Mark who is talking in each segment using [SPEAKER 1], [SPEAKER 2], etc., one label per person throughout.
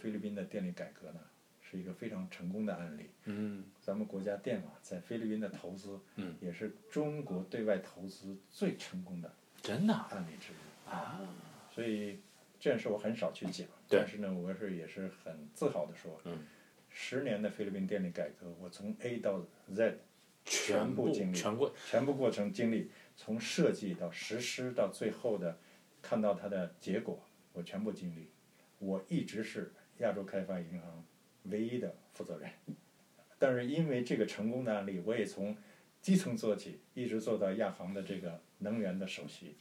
[SPEAKER 1] 菲律宾的电力改革呢，是一个非常成功的案例。
[SPEAKER 2] 嗯
[SPEAKER 1] 咱们国家电网在菲律宾的投资，
[SPEAKER 2] 嗯，
[SPEAKER 1] 也是中国对外投资最成功的
[SPEAKER 2] 真的啊
[SPEAKER 1] 案例之一。
[SPEAKER 2] 啊，
[SPEAKER 1] 所以这件事我很少去讲，
[SPEAKER 2] 对
[SPEAKER 1] 但是呢，我是也是很自豪的说，
[SPEAKER 2] 嗯，
[SPEAKER 1] 十年的菲律宾电力改革，我从 A 到 Z
[SPEAKER 2] 全
[SPEAKER 1] 全部经历
[SPEAKER 2] 全过
[SPEAKER 1] 全部过程经历，从设计到实施到最后的看到它的结果，我全部经历。我一直是亚洲开发银行唯一的负责人， 但是因为这个成功的案例，我也从基层做起，一直做到亚航的这个能源的首席。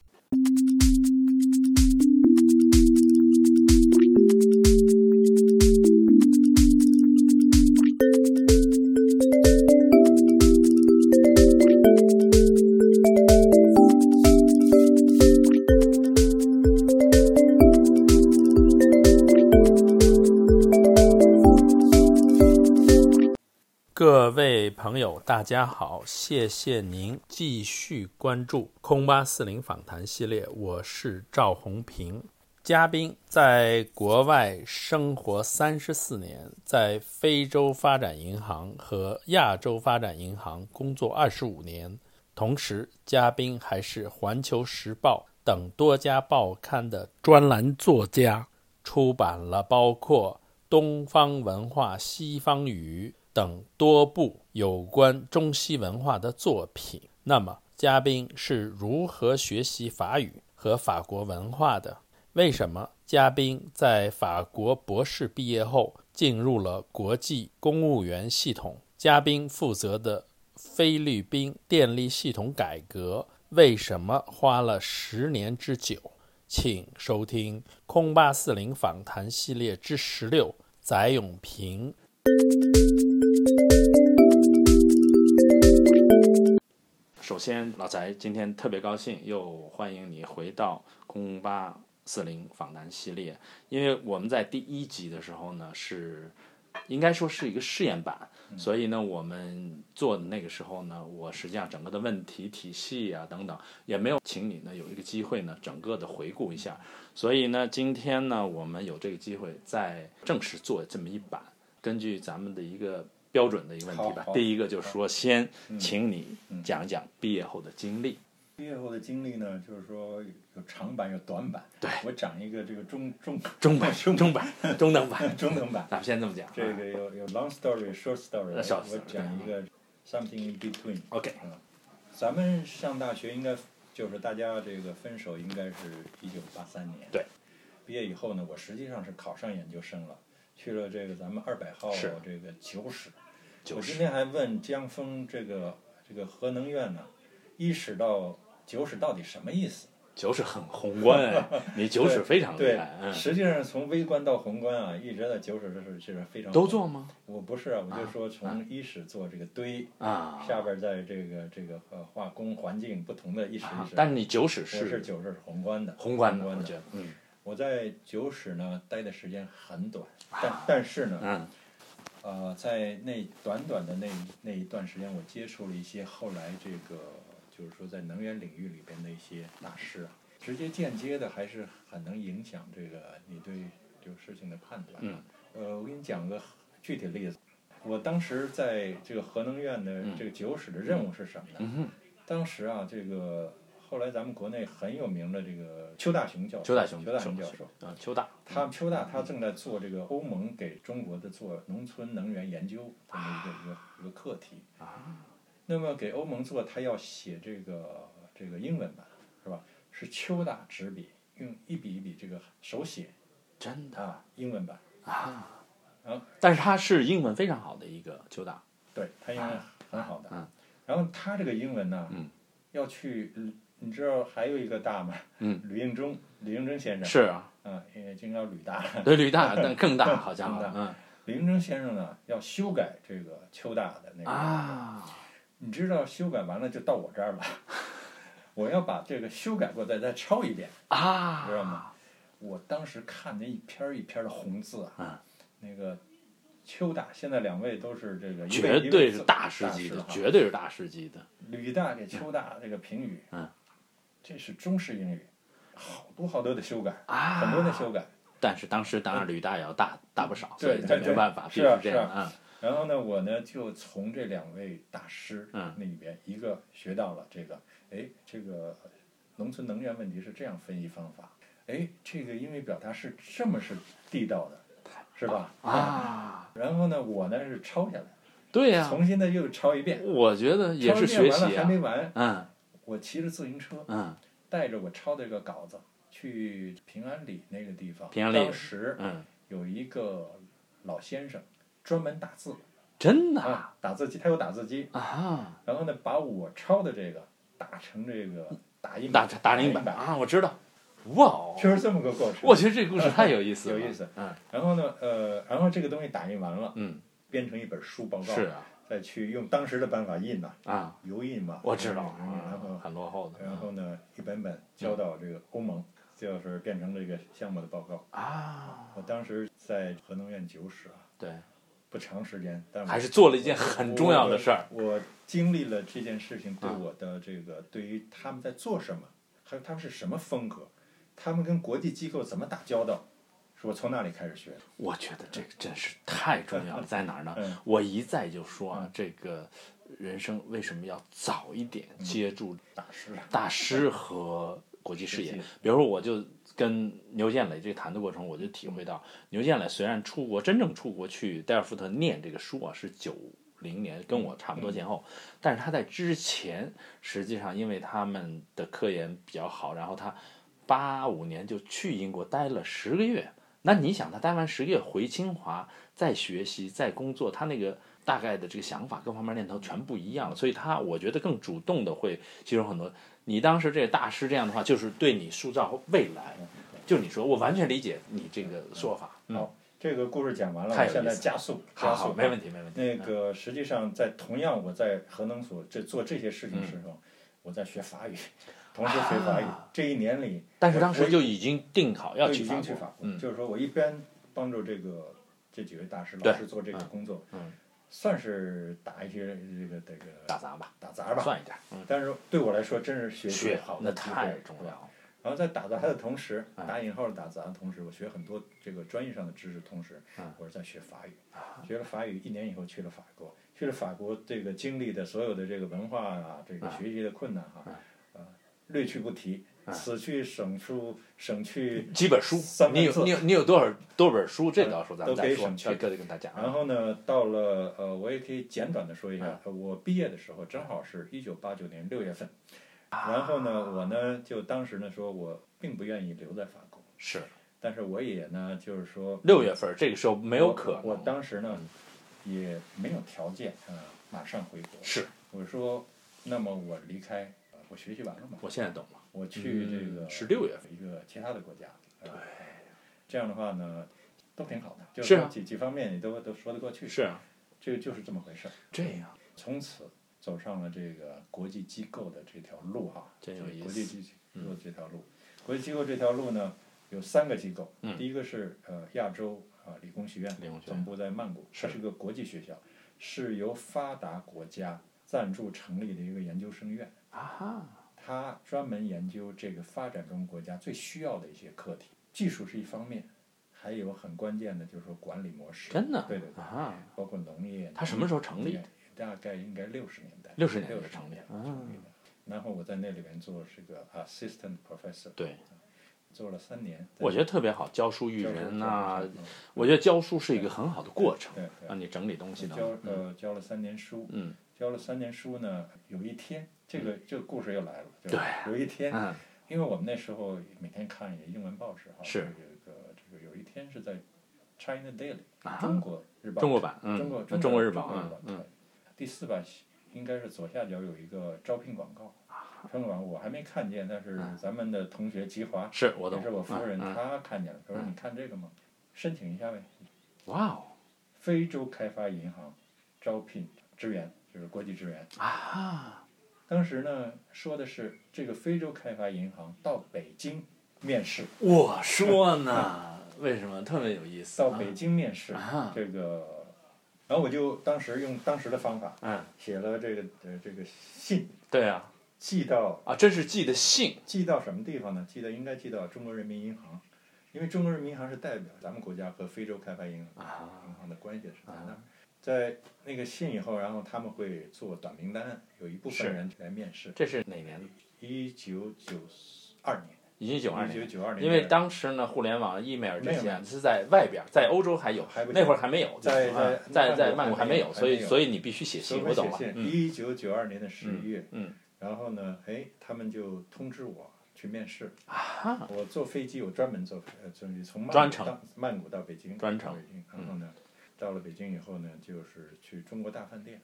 [SPEAKER 2] 各位朋友，大家好，谢谢您继续关注空八四零访谈系列，我是赵红平。嘉宾在国外生活三十四年，在非洲发展银行和亚洲发展银行工作二十五年，同时嘉宾还是《环球时报》等多家报刊的专栏作家，出版了包括东方文化、西方语等多部有关中西文化的作品。那么，嘉宾是如何学习法语和法国文化的？为什么嘉宾在法国博士毕业后进入了国际公务员系统？嘉宾负责的菲律宾电力系统改革为什么花了十年之久？请收听《空八四零访谈系列》之十六，翟永平。首先，老翟，今天特别高兴，又欢迎你回到《空八四零访谈系列》，因为我们在第一集的时候呢，是应该说是一个试验版，
[SPEAKER 1] 嗯
[SPEAKER 2] 所以呢，我们做的那个时候呢，我实际上整个的问题体系啊等等，也没有请你呢有一个机会呢，整个的回顾一下。所以呢，今天呢，我们有这个机会再正式做这么一版，根据咱们的一个标准的一个问题
[SPEAKER 1] 好
[SPEAKER 2] 吧。
[SPEAKER 1] 好嗯
[SPEAKER 2] 第一个就是说，先请你讲一讲毕业后的经历。
[SPEAKER 1] 毕业后的经历呢，就是说有长板有短板，
[SPEAKER 2] 对
[SPEAKER 1] 我讲一个这个中中
[SPEAKER 2] 中版、中版、中等版，
[SPEAKER 1] 中等版，
[SPEAKER 2] 咱们先这么讲啊。
[SPEAKER 1] 这个有有 long story short story，
[SPEAKER 2] 那小
[SPEAKER 1] 我讲一个 something in between。
[SPEAKER 2] OK，
[SPEAKER 1] 咱们上大学应该就是大家这个分手应该是一九八三年。
[SPEAKER 2] 对。
[SPEAKER 1] 毕业以后呢，我实际上是考上研究生了，去了这个咱们二百号
[SPEAKER 2] 是
[SPEAKER 1] 这个九室。
[SPEAKER 2] 九
[SPEAKER 1] 我
[SPEAKER 2] 十
[SPEAKER 1] 今天还问江峰这个这个核能院呢，一室到九室到底什么意思？
[SPEAKER 2] 九十很宏 观哎，你九十非常厉
[SPEAKER 1] 对
[SPEAKER 2] 害，，嗯，
[SPEAKER 1] 实际上从微观到宏观啊，一直在九室这是这是非常
[SPEAKER 2] 都。做吗？
[SPEAKER 1] 我不是啊，我就说从一室做这个堆，
[SPEAKER 2] 啊
[SPEAKER 1] 下边儿在这个这个呃化工环境不同的一室
[SPEAKER 2] 啊
[SPEAKER 1] 一室。
[SPEAKER 2] 但是你九十
[SPEAKER 1] 我是九室宏观的，
[SPEAKER 2] 宏观的，
[SPEAKER 1] 宏
[SPEAKER 2] 我
[SPEAKER 1] 观
[SPEAKER 2] 觉得，嗯
[SPEAKER 1] 我在九室呢待的时间很短，但但是呢，
[SPEAKER 2] 嗯
[SPEAKER 1] 呃，在那短短的那那一段时间，我接触了一些后来这个就是说在能源领域里边的一些大师啊，直接间接的还是很能影响这个你对这个事情的判断。
[SPEAKER 2] 嗯
[SPEAKER 1] 呃，我给你讲个具体例子，我当时在这个核能院的这个九室的任务是什么呢？
[SPEAKER 2] 嗯哼，
[SPEAKER 1] 当时啊，这个后来咱们国内很有名的这个邱大雄教授，
[SPEAKER 2] 邱大雄
[SPEAKER 1] 邱大雄
[SPEAKER 2] 教
[SPEAKER 1] 教
[SPEAKER 2] 授
[SPEAKER 1] 授，
[SPEAKER 2] 嗯，邱大，
[SPEAKER 1] 他邱大他正在做这个欧盟给中国的做农村能源研究这么一个一个一个课题
[SPEAKER 2] 啊
[SPEAKER 1] 那么给欧盟做，他要写这个这个英文版是吧？是邱大执笔，用一笔一笔这个手写
[SPEAKER 2] 真的
[SPEAKER 1] 啊，英文版。
[SPEAKER 2] 啊
[SPEAKER 1] 啊，
[SPEAKER 2] 但是他是英文非常好的一个邱大，
[SPEAKER 1] 对他英文很好的。
[SPEAKER 2] 嗯
[SPEAKER 1] 然后他这个英文呢，
[SPEAKER 2] 嗯
[SPEAKER 1] 要去，嗯你知道还有一个大吗？
[SPEAKER 2] 嗯
[SPEAKER 1] 吕应中，吕应中先生，
[SPEAKER 2] 是啊，
[SPEAKER 1] 啊，也经常吕大。
[SPEAKER 2] 对吕大，但更大，好啊嗯家
[SPEAKER 1] 更
[SPEAKER 2] 伙，
[SPEAKER 1] 吕应中先生呢，要修改这个邱大的那
[SPEAKER 2] 嗯
[SPEAKER 1] 个，
[SPEAKER 2] 啊，
[SPEAKER 1] 你知道修改完了就到我这儿了， 我要把这个修改过再再抄一遍。
[SPEAKER 2] 啊，
[SPEAKER 1] 知道吗？我当时看那一篇儿一篇儿的红字啊，
[SPEAKER 2] 嗯
[SPEAKER 1] 那个邱大，现在两位都是这个一位
[SPEAKER 2] 绝对是大师级
[SPEAKER 1] 一位
[SPEAKER 2] 的
[SPEAKER 1] 大，师
[SPEAKER 2] 绝对是大师级的，
[SPEAKER 1] 吕大给邱大这个评语，
[SPEAKER 2] 嗯
[SPEAKER 1] 这是中式英语，好多好多的修改，
[SPEAKER 2] 啊，
[SPEAKER 1] 很多的修改。
[SPEAKER 2] 但是当时当然驴大也要大大不少，所
[SPEAKER 1] 对
[SPEAKER 2] 以就
[SPEAKER 1] 对
[SPEAKER 2] 没
[SPEAKER 1] 对
[SPEAKER 2] 办法，必须
[SPEAKER 1] 是啊
[SPEAKER 2] 这
[SPEAKER 1] 是啊
[SPEAKER 2] 样啊。
[SPEAKER 1] 然后呢，我呢就从这两位大师
[SPEAKER 2] 嗯
[SPEAKER 1] 那里边，一个学到了这个，哎，这个农村能源问题是这样分析方法，哎，这个因为表达是这么是地道的，是吧？
[SPEAKER 2] 啊，
[SPEAKER 1] 然后呢，我呢是抄下来，
[SPEAKER 2] 对呀、
[SPEAKER 1] 重新呢又抄一遍，
[SPEAKER 2] 我觉得也
[SPEAKER 1] 抄
[SPEAKER 2] 是
[SPEAKER 1] 一遍
[SPEAKER 2] 学
[SPEAKER 1] 完了
[SPEAKER 2] 习
[SPEAKER 1] 还
[SPEAKER 2] 啊
[SPEAKER 1] 没。完，
[SPEAKER 2] 嗯
[SPEAKER 1] 我骑着自行车，
[SPEAKER 2] 嗯
[SPEAKER 1] 带着我抄的这个稿子去平安里那个地方，
[SPEAKER 2] 平安里
[SPEAKER 1] 当时
[SPEAKER 2] 嗯，
[SPEAKER 1] 有一个老先生专门打字
[SPEAKER 2] 真的啊
[SPEAKER 1] 啊，打字机，他有打字机，
[SPEAKER 2] 啊，
[SPEAKER 1] 然后呢，把我抄的这个打成这个打印
[SPEAKER 2] 打
[SPEAKER 1] 版
[SPEAKER 2] 打零
[SPEAKER 1] 印
[SPEAKER 2] 版，啊，我知道。哇哦，
[SPEAKER 1] 就是这么个过程。
[SPEAKER 2] 我觉得这个故事太有意思了，
[SPEAKER 1] 有意思。
[SPEAKER 2] 嗯
[SPEAKER 1] 然后呢，呃，然后这个东西打印完了，
[SPEAKER 2] 嗯，
[SPEAKER 1] 编成一本书报告，
[SPEAKER 2] 是啊
[SPEAKER 1] 再去用当时的办法印呐、
[SPEAKER 2] 啊，
[SPEAKER 1] 油印嘛，
[SPEAKER 2] 我知道
[SPEAKER 1] 嗯然
[SPEAKER 2] 啊
[SPEAKER 1] 后，
[SPEAKER 2] 很落后的。
[SPEAKER 1] 然后呢，一本本交到这个欧盟，就是变成这个项目的报告。
[SPEAKER 2] 啊，
[SPEAKER 1] 我当时在核能院九室啊，
[SPEAKER 2] 对，
[SPEAKER 1] 不长时间，但我
[SPEAKER 2] 还是做了一件很重要的事儿。
[SPEAKER 1] 我。我经历了这件事情对
[SPEAKER 2] 啊
[SPEAKER 1] 我的这个，对于他们在做什么，还有他们是什么风格，他们跟国际机构怎么打交道，是我从那里开始学的。
[SPEAKER 2] 我觉得这个真是太重要了，在哪儿呢？
[SPEAKER 1] 嗯
[SPEAKER 2] 我一再就说啊
[SPEAKER 1] 嗯，
[SPEAKER 2] 这个人生为什么要早一点接触
[SPEAKER 1] 大师啊，
[SPEAKER 2] 大师和国际视野
[SPEAKER 1] 国际？
[SPEAKER 2] 比如说，我就跟牛建磊这个谈的过程，我就体会到，牛建磊虽然出国，真正出国去戴尔福特念这个书啊，是九零年，跟我差不多前后，但是他在之前，实际上因为他们的科研比较好，然后他八五年就去英国待了十个月。那你想，他待完十个月回清华，再学习，再工作，他那个大概的这个想法各方面念头全不一样了，所以他我觉得更主动的会吸收很多。你当时这个大师这样的话，就是对你塑造未来。就你说，我完全理解你这个说法。嗯，
[SPEAKER 1] 好，这个故事讲完了，我
[SPEAKER 2] 太有意思
[SPEAKER 1] 现在加速，
[SPEAKER 2] 好
[SPEAKER 1] 加
[SPEAKER 2] 好，
[SPEAKER 1] 速，
[SPEAKER 2] 没问
[SPEAKER 1] 题。
[SPEAKER 2] 题，没问题。嗯
[SPEAKER 1] 那个实际上在同样我在核能所这做这些事情的时候，我在学法语，同时学法语。
[SPEAKER 2] 嗯啊
[SPEAKER 1] 这一年里，
[SPEAKER 2] 但是当时
[SPEAKER 1] 我
[SPEAKER 2] 就已经定好要
[SPEAKER 1] 都
[SPEAKER 2] 去
[SPEAKER 1] 已
[SPEAKER 2] 法
[SPEAKER 1] 经
[SPEAKER 2] 国
[SPEAKER 1] 去
[SPEAKER 2] 了。
[SPEAKER 1] 法国，
[SPEAKER 2] 嗯
[SPEAKER 1] 就是说我一边帮助这个这几位大师
[SPEAKER 2] 对
[SPEAKER 1] 老师做这个工作，
[SPEAKER 2] 嗯嗯
[SPEAKER 1] 算是打一些这个这个
[SPEAKER 2] 打杂吧，
[SPEAKER 1] 打杂吧。
[SPEAKER 2] 算一点。嗯，
[SPEAKER 1] 但是对我来说，真是学习
[SPEAKER 2] 学
[SPEAKER 1] 好
[SPEAKER 2] 那
[SPEAKER 1] 的机会
[SPEAKER 2] 太重要。
[SPEAKER 1] 对
[SPEAKER 2] 了。
[SPEAKER 1] 然后在打杂的同时，
[SPEAKER 2] 嗯
[SPEAKER 1] 打引号的打杂的同时，我学很多这个专业上的知识，同时
[SPEAKER 2] 嗯啊
[SPEAKER 1] 我是在学法语。学了法语一年以后去了法国，去了法国这个经历的所有的这个文化啊，
[SPEAKER 2] 嗯
[SPEAKER 1] 这个学习的困难哈、啊，呃，略去不提，
[SPEAKER 2] 嗯
[SPEAKER 1] 此去省出省去
[SPEAKER 2] 几本书
[SPEAKER 1] 三，本
[SPEAKER 2] 你有
[SPEAKER 1] 册
[SPEAKER 2] 你有你有多少多少本书？这到时候咱
[SPEAKER 1] 都
[SPEAKER 2] 们
[SPEAKER 1] 可
[SPEAKER 2] 再
[SPEAKER 1] 以
[SPEAKER 2] 说，
[SPEAKER 1] 省去
[SPEAKER 2] 各自跟大家啊。
[SPEAKER 1] 然后呢，到了呃，我也可以简短的说一
[SPEAKER 2] 嗯
[SPEAKER 1] 下，呃我毕业的时候正好是一九八九年六月份，
[SPEAKER 2] 啊
[SPEAKER 1] 然后呢，我呢就当时呢说我并不愿意留在法国，
[SPEAKER 2] 是
[SPEAKER 1] 但是我也呢就是说
[SPEAKER 2] 六月份，这个时候没有可
[SPEAKER 1] 我我
[SPEAKER 2] 能。嗯
[SPEAKER 1] 当时呢也没有条件啊、呃马上回国，
[SPEAKER 2] 是
[SPEAKER 1] 我说那么我离开，呃我学习完了嘛，
[SPEAKER 2] 我现在懂了，
[SPEAKER 1] 我去这个
[SPEAKER 2] 嗯16月份
[SPEAKER 1] 一个其他的国家，对，这样的话呢都挺好的，就是是
[SPEAKER 2] 啊
[SPEAKER 1] 说几几方面你都都说得过去，
[SPEAKER 2] 是啊，
[SPEAKER 1] 这个就是这么回事儿。
[SPEAKER 2] 这样
[SPEAKER 1] 从此走上了这个国际机构的这条路哈、啊，
[SPEAKER 2] 真有意思嗯
[SPEAKER 1] 国际机构这条路，国际机构这条路呢，有三个机构，
[SPEAKER 2] 嗯
[SPEAKER 1] 第一个是呃亚洲啊、呃理工学院，
[SPEAKER 2] 理工学院
[SPEAKER 1] 总部在曼谷，
[SPEAKER 2] 是
[SPEAKER 1] 它是个国际学校，是由发达国家赞助成立的一个研究生院，
[SPEAKER 2] 啊，
[SPEAKER 1] 它专门研究这个发展中国家最需要的一些课题，技术是一方面，还有很关键的就是说管理模式，
[SPEAKER 2] 真的
[SPEAKER 1] 对对对，
[SPEAKER 2] 啊，
[SPEAKER 1] 包括农业，
[SPEAKER 2] 它什么时候成立
[SPEAKER 1] 对？大概应该六十年代，
[SPEAKER 2] 60年代
[SPEAKER 1] 嗯六
[SPEAKER 2] 就成立嗯
[SPEAKER 1] 年代成立的。然后我在那里边做这个 assistant professor，
[SPEAKER 2] 对，
[SPEAKER 1] 做了三年。
[SPEAKER 2] 我觉得特别好，教书育
[SPEAKER 1] 教授
[SPEAKER 2] 人
[SPEAKER 1] 教
[SPEAKER 2] 呐、
[SPEAKER 1] 授嗯
[SPEAKER 2] 我觉得教书是一个很好的过程
[SPEAKER 1] 对，对
[SPEAKER 2] 让你整理东西
[SPEAKER 1] 我
[SPEAKER 2] 的。
[SPEAKER 1] 教呃教了三年书，
[SPEAKER 2] 嗯，
[SPEAKER 1] 教了三年书呢，有一天这个这个故事又来了，
[SPEAKER 2] 对
[SPEAKER 1] 吧有一天，
[SPEAKER 2] 嗯，
[SPEAKER 1] 因为我们那时候每天看一些英文报纸哈，
[SPEAKER 2] 是
[SPEAKER 1] 有一个这个有一天是在 China Daily
[SPEAKER 2] 啊
[SPEAKER 1] 中国日报
[SPEAKER 2] 中国版，嗯，
[SPEAKER 1] 中国
[SPEAKER 2] 那中国
[SPEAKER 1] 日
[SPEAKER 2] 日报，
[SPEAKER 1] 中国
[SPEAKER 2] 嗯嗯，
[SPEAKER 1] 对第四版应该是左下角有一个招聘广告，
[SPEAKER 2] 啊
[SPEAKER 1] 招聘广告我还没看见，但是咱们的同学吉华，
[SPEAKER 2] 是我
[SPEAKER 1] 也
[SPEAKER 2] 懂。
[SPEAKER 1] 是我夫人，
[SPEAKER 2] 嗯嗯嗯
[SPEAKER 1] 她看见了，她说你看这个吗？申请一下呗。
[SPEAKER 2] 哇哦
[SPEAKER 1] 非洲开发银行招聘支援，就是国际支援。
[SPEAKER 2] 啊，
[SPEAKER 1] 当时呢说的是这个非洲开发银行到北京面试，
[SPEAKER 2] 我说呢，为什么特别有意思、啊？
[SPEAKER 1] 到北京面试
[SPEAKER 2] 啊，
[SPEAKER 1] 这个，然后我就当时用当时的方法
[SPEAKER 2] 嗯，
[SPEAKER 1] 写了这个呃这个信，
[SPEAKER 2] 对啊，
[SPEAKER 1] 寄到
[SPEAKER 2] 啊，真是寄的信
[SPEAKER 1] 寄到什么地方呢？寄到应该寄到中国人民银行，因为中国人民银行是代表咱们国家和非洲开发银行
[SPEAKER 2] 啊
[SPEAKER 1] 银行的关系是在那儿
[SPEAKER 2] 啊。
[SPEAKER 1] 在那个信以后，然后他们会做短名单，有一部
[SPEAKER 2] 是
[SPEAKER 1] 分人来面试。
[SPEAKER 2] 这是哪年的？
[SPEAKER 1] 一九九二年，
[SPEAKER 2] 已经九二
[SPEAKER 1] 一九
[SPEAKER 2] 年。
[SPEAKER 1] 九二年，
[SPEAKER 2] 因为当时呢，互联网、e 美尔这
[SPEAKER 1] 没
[SPEAKER 2] 些
[SPEAKER 1] 有
[SPEAKER 2] 啊是在外边，在欧洲还有，
[SPEAKER 1] 还不行
[SPEAKER 2] 那会儿还没有，
[SPEAKER 1] 在
[SPEAKER 2] 就是啊
[SPEAKER 1] 在
[SPEAKER 2] 在在曼谷
[SPEAKER 1] 还
[SPEAKER 2] 还
[SPEAKER 1] 没
[SPEAKER 2] 没
[SPEAKER 1] 有
[SPEAKER 2] 有，所以
[SPEAKER 1] 还没有
[SPEAKER 2] 所以你必须写信，我懂了。嗯
[SPEAKER 1] 一九九二年的十一月，
[SPEAKER 2] 嗯，
[SPEAKER 1] 然后呢，哎，他们就通知我去面试。
[SPEAKER 2] 啊，
[SPEAKER 1] 我坐飞机，我专门坐，呃，就是从曼谷
[SPEAKER 2] 专程
[SPEAKER 1] 到曼谷到北京，
[SPEAKER 2] 专程
[SPEAKER 1] 到
[SPEAKER 2] 嗯
[SPEAKER 1] 北京。然后呢，到了北京以后呢，就是去中国大饭店，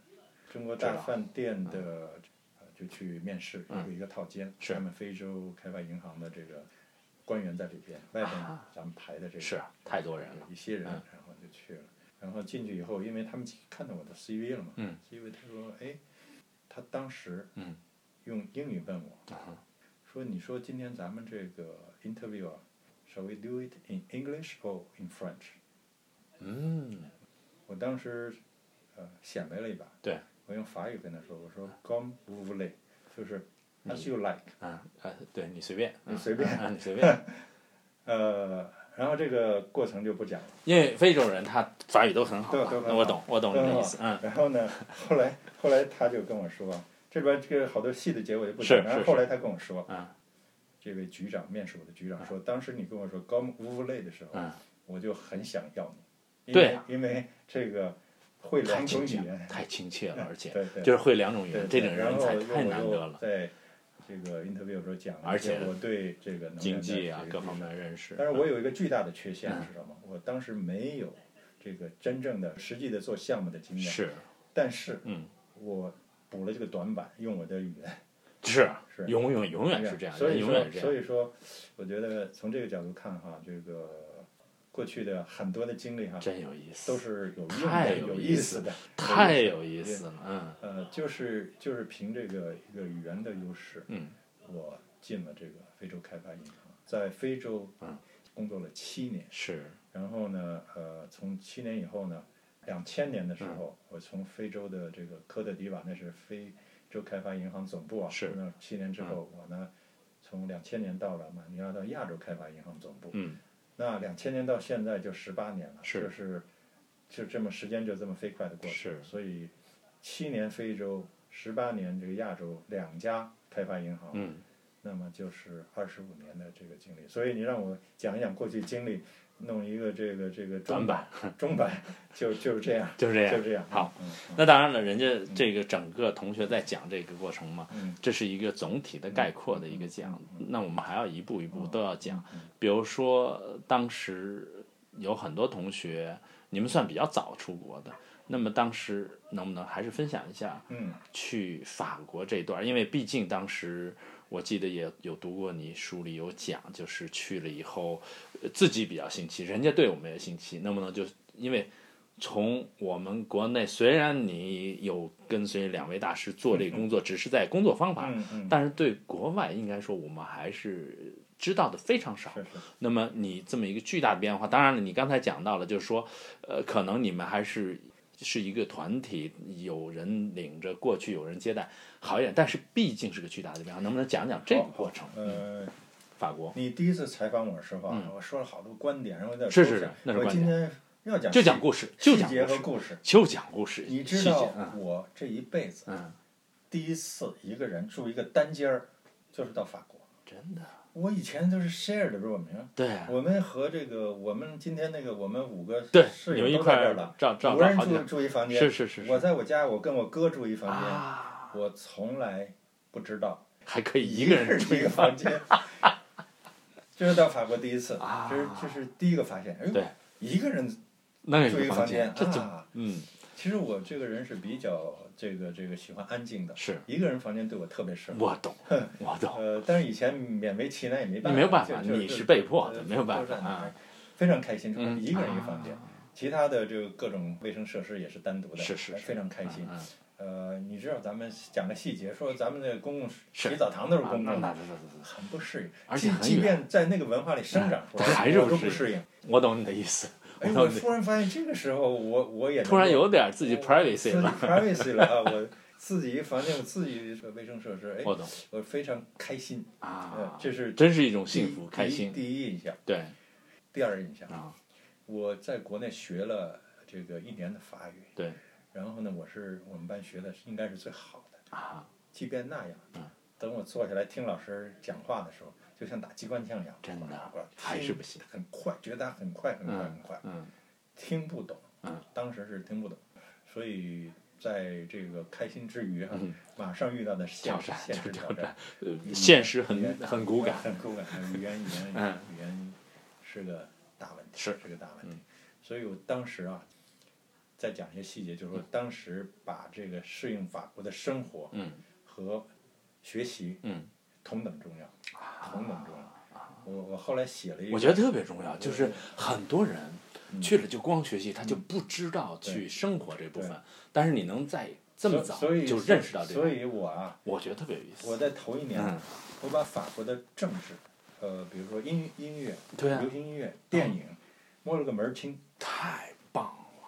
[SPEAKER 1] 中国
[SPEAKER 2] 知
[SPEAKER 1] 大
[SPEAKER 2] 道
[SPEAKER 1] 饭店的、呃就去面试，一
[SPEAKER 2] 嗯
[SPEAKER 1] 个一个套间，
[SPEAKER 2] 是
[SPEAKER 1] 他们非洲开发银行的这个官员在里边，外边
[SPEAKER 2] 啊
[SPEAKER 1] 咱们排的这个
[SPEAKER 2] 是啊太多人了。
[SPEAKER 1] 一些人，
[SPEAKER 2] 嗯
[SPEAKER 1] 然后就去了。然后进去以后，因为他们看到我的 CV 了嘛、
[SPEAKER 2] 嗯
[SPEAKER 1] c v 他说，哎，他当时
[SPEAKER 2] 嗯
[SPEAKER 1] 用英语问我，
[SPEAKER 2] 啊
[SPEAKER 1] 说你说今天咱们这个 interview 啊，shall we do it in English or in French？
[SPEAKER 2] 嗯，
[SPEAKER 1] 我当时呃显摆了一把，
[SPEAKER 2] 对
[SPEAKER 1] 我用法语跟他说，我说 come vous voulez，就是 as you like，
[SPEAKER 2] 啊啊，对你随便，
[SPEAKER 1] 你
[SPEAKER 2] 嗯
[SPEAKER 1] 随便
[SPEAKER 2] 啊你随便，嗯
[SPEAKER 1] 呃，然后这个过程就不讲了。
[SPEAKER 2] 因为非洲人他法语都很好
[SPEAKER 1] 对
[SPEAKER 2] 啊
[SPEAKER 1] 都，很
[SPEAKER 2] 那我
[SPEAKER 1] 好
[SPEAKER 2] 懂，我懂你的意思，嗯，
[SPEAKER 1] 然后呢，后来后来他就跟我说，这边这个好多细的节我就不讲。
[SPEAKER 2] 是
[SPEAKER 1] 然后
[SPEAKER 2] 是
[SPEAKER 1] 后来他跟我说，
[SPEAKER 2] 嗯
[SPEAKER 1] 这位局长面试我的局长说，当时你跟我说高乌类的时候，
[SPEAKER 2] 嗯
[SPEAKER 1] 我就很想要你，因
[SPEAKER 2] 对
[SPEAKER 1] 为
[SPEAKER 2] 啊
[SPEAKER 1] 因为这个会
[SPEAKER 2] 太
[SPEAKER 1] 两种
[SPEAKER 2] 亲
[SPEAKER 1] 语
[SPEAKER 2] 切了
[SPEAKER 1] 言，，
[SPEAKER 2] 太亲切了，而且
[SPEAKER 1] 对对，
[SPEAKER 2] 就是是会两种语言，这种
[SPEAKER 1] 然
[SPEAKER 2] 人
[SPEAKER 1] 后
[SPEAKER 2] 才
[SPEAKER 1] 又
[SPEAKER 2] 太难得了，
[SPEAKER 1] 在这个 interview 的时候讲了
[SPEAKER 2] 而
[SPEAKER 1] 一些
[SPEAKER 2] 且
[SPEAKER 1] 我对这个能源
[SPEAKER 2] 经
[SPEAKER 1] 的
[SPEAKER 2] 济啊
[SPEAKER 1] 这个
[SPEAKER 2] 各
[SPEAKER 1] 地
[SPEAKER 2] 方面认识。
[SPEAKER 1] 但是我有一个巨大的缺陷
[SPEAKER 2] 嗯
[SPEAKER 1] 是什么？我当时没有这个真正的实际的做项目的经
[SPEAKER 2] 嗯
[SPEAKER 1] 验。
[SPEAKER 2] 是
[SPEAKER 1] 但是，
[SPEAKER 2] 嗯，
[SPEAKER 1] 我补了这个短板，用我的语言，
[SPEAKER 2] 是
[SPEAKER 1] 是
[SPEAKER 2] 永远永 远是这样，
[SPEAKER 1] 所
[SPEAKER 2] 人
[SPEAKER 1] 以
[SPEAKER 2] 永远
[SPEAKER 1] 说，
[SPEAKER 2] 是这
[SPEAKER 1] 所
[SPEAKER 2] 样。
[SPEAKER 1] 以说，我觉得从这个角度看哈，这个过去的很多的经历哈，
[SPEAKER 2] 真有意思，
[SPEAKER 1] 都是有用
[SPEAKER 2] 太
[SPEAKER 1] 的、
[SPEAKER 2] 有
[SPEAKER 1] 有
[SPEAKER 2] 意
[SPEAKER 1] 思
[SPEAKER 2] 思
[SPEAKER 1] 的，
[SPEAKER 2] 太
[SPEAKER 1] 有意
[SPEAKER 2] 有意思了，嗯
[SPEAKER 1] 思呃，就是就是凭这个一个语言的优势，
[SPEAKER 2] 嗯，
[SPEAKER 1] 我进了这个非洲开发银行，在非洲
[SPEAKER 2] 嗯
[SPEAKER 1] 工作了七年。
[SPEAKER 2] 是
[SPEAKER 1] 然后呢，呃，从七年以后呢，两千年的时候，我从非洲的这个科特迪瓦，那是非洲开发银行总部啊。
[SPEAKER 2] 是嗯
[SPEAKER 1] 那七年之后，我呢，从两千年到了马尼拉到亚洲开发银行总部。
[SPEAKER 2] 嗯
[SPEAKER 1] 那两千年到现在就十八年了，
[SPEAKER 2] 是
[SPEAKER 1] 就是就这么时间就这么飞快的过去。
[SPEAKER 2] 是
[SPEAKER 1] 所以七年非洲，十八年这个亚洲两家开发银行。
[SPEAKER 2] 嗯
[SPEAKER 1] 那么就是二十五年的这个经历。所以你让我讲一讲过去经历，弄一个这个这个
[SPEAKER 2] 短
[SPEAKER 1] 中
[SPEAKER 2] 板，
[SPEAKER 1] 中版，就就是这 样，
[SPEAKER 2] 就是
[SPEAKER 1] 就
[SPEAKER 2] 这样。
[SPEAKER 1] 这样。
[SPEAKER 2] 好
[SPEAKER 1] 嗯，
[SPEAKER 2] 那当然了，人家这个整个同学在讲这个过程嘛，
[SPEAKER 1] 嗯
[SPEAKER 2] 这是一个总体的概括的一个讲。那我们还要一步一步都要讲
[SPEAKER 1] 嗯嗯，
[SPEAKER 2] 比如说呃当时有很多同学，你们算比较早出国的，那么当时能不能还是分享一下
[SPEAKER 1] 嗯
[SPEAKER 2] 去法国这一段儿？因为毕竟当时。我记得也有读过你书里有讲，就是去了以后，呃自己比较新奇，人家对我们也新奇，能不能就因为从我们国内，虽然你有跟随两位大师做这个工作，只是在工作方法
[SPEAKER 1] 嗯嗯，
[SPEAKER 2] 但是对国外应该说我们还是知道的非常少。
[SPEAKER 1] 是是，
[SPEAKER 2] 那么你这么一个巨大的变化，当然了，你刚才讲到了，就是说，呃，可能你们还是是一个团体，有人领着过去，有人接待，好一点。但是毕竟是个巨大的变化，能不能讲讲这个过程？
[SPEAKER 1] 呃，
[SPEAKER 2] 法国
[SPEAKER 1] 你第一次采访我的时候啊，
[SPEAKER 2] 嗯
[SPEAKER 1] 我说了好多观点，然后我在
[SPEAKER 2] 是是是
[SPEAKER 1] 抽象
[SPEAKER 2] 那是
[SPEAKER 1] 我
[SPEAKER 2] 观
[SPEAKER 1] 今
[SPEAKER 2] 点
[SPEAKER 1] 天要讲
[SPEAKER 2] 就讲
[SPEAKER 1] 细
[SPEAKER 2] 故事，就
[SPEAKER 1] 细
[SPEAKER 2] 讲
[SPEAKER 1] 节
[SPEAKER 2] 故
[SPEAKER 1] 和
[SPEAKER 2] 事，
[SPEAKER 1] 故事。
[SPEAKER 2] 就讲故事，
[SPEAKER 1] 你知
[SPEAKER 2] 细节
[SPEAKER 1] 道
[SPEAKER 2] 嗯
[SPEAKER 1] 我这一辈子
[SPEAKER 2] 嗯，
[SPEAKER 1] 第一次一个人住一个单间儿，就是到法国。
[SPEAKER 2] 真的，
[SPEAKER 1] 我以前都是 shared room，
[SPEAKER 2] 对啊，
[SPEAKER 1] 我们和这个我们今天那个我们五个
[SPEAKER 2] 对，
[SPEAKER 1] 室
[SPEAKER 2] 有
[SPEAKER 1] 友
[SPEAKER 2] 一
[SPEAKER 1] 都在
[SPEAKER 2] 块
[SPEAKER 1] 这
[SPEAKER 2] 儿
[SPEAKER 1] 儿了，
[SPEAKER 2] 照照
[SPEAKER 1] 五
[SPEAKER 2] 照
[SPEAKER 1] 个人
[SPEAKER 2] 好几
[SPEAKER 1] 住
[SPEAKER 2] 个，
[SPEAKER 1] 住一房间。
[SPEAKER 2] 是是是是
[SPEAKER 1] 我在我家，我跟我哥住一房间，
[SPEAKER 2] 啊，
[SPEAKER 1] 我从来不知道
[SPEAKER 2] 还可以一个人
[SPEAKER 1] 住
[SPEAKER 2] 住
[SPEAKER 1] 一个房间。这是到法国第一次，
[SPEAKER 2] 啊
[SPEAKER 1] 这是这是第一个发现。哎呦
[SPEAKER 2] 对，
[SPEAKER 1] 一个人
[SPEAKER 2] 那
[SPEAKER 1] 住一
[SPEAKER 2] 个
[SPEAKER 1] 个房
[SPEAKER 2] 间
[SPEAKER 1] 间，
[SPEAKER 2] 这怎么？
[SPEAKER 1] 啊！
[SPEAKER 2] 嗯，
[SPEAKER 1] 其实我这个人是比较这个这个喜欢安静的，
[SPEAKER 2] 是
[SPEAKER 1] 一个人房间对我特别适合。
[SPEAKER 2] 我 懂，我懂，
[SPEAKER 1] 呃，但是以前勉为其难也没
[SPEAKER 2] 你
[SPEAKER 1] 办法，
[SPEAKER 2] 没有办法，
[SPEAKER 1] 就就
[SPEAKER 2] 你
[SPEAKER 1] 就是
[SPEAKER 2] 被迫的，
[SPEAKER 1] 呃
[SPEAKER 2] 没有办
[SPEAKER 1] 都
[SPEAKER 2] 法
[SPEAKER 1] 是
[SPEAKER 2] 啊。
[SPEAKER 1] 非常开心，
[SPEAKER 2] 嗯
[SPEAKER 1] 一个人一个房间，其他的这个各种卫生设施也是单独的，
[SPEAKER 2] 是是是
[SPEAKER 1] 非常开心。
[SPEAKER 2] 嗯
[SPEAKER 1] 呃，你知道咱们讲个细节，说咱们的公共
[SPEAKER 2] 是
[SPEAKER 1] 洗澡堂都是
[SPEAKER 2] 啊
[SPEAKER 1] 公
[SPEAKER 2] 那
[SPEAKER 1] 共
[SPEAKER 2] 那
[SPEAKER 1] 的，
[SPEAKER 2] 那那
[SPEAKER 1] 很不适应，
[SPEAKER 2] 而且
[SPEAKER 1] 即
[SPEAKER 2] 很
[SPEAKER 1] 即
[SPEAKER 2] 远
[SPEAKER 1] 便在那个文化里生长出来，
[SPEAKER 2] 嗯还是
[SPEAKER 1] 我
[SPEAKER 2] 不
[SPEAKER 1] 都不
[SPEAKER 2] 适
[SPEAKER 1] 适应。
[SPEAKER 2] 我懂你的意思，
[SPEAKER 1] 哎，
[SPEAKER 2] 我
[SPEAKER 1] 我
[SPEAKER 2] 懂你，
[SPEAKER 1] 突然发现这个时候我我也能
[SPEAKER 2] 突然
[SPEAKER 1] 够
[SPEAKER 2] 有点自己 privacy
[SPEAKER 1] 自己
[SPEAKER 2] 了，
[SPEAKER 1] privacy 了啊，我自己一房间，我自己的卫生设施，哎，
[SPEAKER 2] 我懂
[SPEAKER 1] 我非常开心，呃
[SPEAKER 2] 啊，
[SPEAKER 1] 这是
[SPEAKER 2] 真是一种幸
[SPEAKER 1] 第
[SPEAKER 2] 福
[SPEAKER 1] 一
[SPEAKER 2] 开心，
[SPEAKER 1] 第一第一印象。
[SPEAKER 2] 对，
[SPEAKER 1] 第二印象。
[SPEAKER 2] 啊，
[SPEAKER 1] 我在国内学了这个一年的法语，
[SPEAKER 2] 对
[SPEAKER 1] 然后呢，我是我们班学的是应该是最好的，
[SPEAKER 2] 啊，
[SPEAKER 1] 即便那样
[SPEAKER 2] 嗯，
[SPEAKER 1] 等我坐下来听老师讲话的时候，就像打机关枪一样，
[SPEAKER 2] 真的啊
[SPEAKER 1] 我
[SPEAKER 2] 还是不行，
[SPEAKER 1] 很快，觉得很快，很快，很快，
[SPEAKER 2] 嗯
[SPEAKER 1] 听不懂
[SPEAKER 2] 嗯，
[SPEAKER 1] 当时是听不懂，所以在这个开心之余哈
[SPEAKER 2] 嗯，
[SPEAKER 1] 马上遇到的现
[SPEAKER 2] 挑
[SPEAKER 1] 实
[SPEAKER 2] 战
[SPEAKER 1] 现实
[SPEAKER 2] 挑
[SPEAKER 1] 挑战，
[SPEAKER 2] 呃现实很很骨感，
[SPEAKER 1] 很骨感，语言语言
[SPEAKER 2] 嗯
[SPEAKER 1] 语言是个大问题，
[SPEAKER 2] 是
[SPEAKER 1] 个大问题
[SPEAKER 2] 嗯。
[SPEAKER 1] 所以我当时啊，再讲一些细节，就是说当时把这个适应法国的生活
[SPEAKER 2] 嗯
[SPEAKER 1] 和学习
[SPEAKER 2] 嗯，
[SPEAKER 1] 同等重要，
[SPEAKER 2] 啊
[SPEAKER 1] 同等重要。我我后来写了一个，
[SPEAKER 2] 我觉得特别重要，就是很多人
[SPEAKER 1] 嗯
[SPEAKER 2] 去了就光学习，他就不知道去生活这部分。但是你能在这么早
[SPEAKER 1] 所以
[SPEAKER 2] 就认识到这
[SPEAKER 1] 所
[SPEAKER 2] 个，
[SPEAKER 1] 以我啊，
[SPEAKER 2] 我觉得特别有意
[SPEAKER 1] 我
[SPEAKER 2] 思。
[SPEAKER 1] 在头一年，
[SPEAKER 2] 嗯
[SPEAKER 1] 我把法国的政治，呃，比如说音音乐、
[SPEAKER 2] 对啊嗯
[SPEAKER 1] 流，行音乐、电影，摸了个门儿清。
[SPEAKER 2] 太棒了，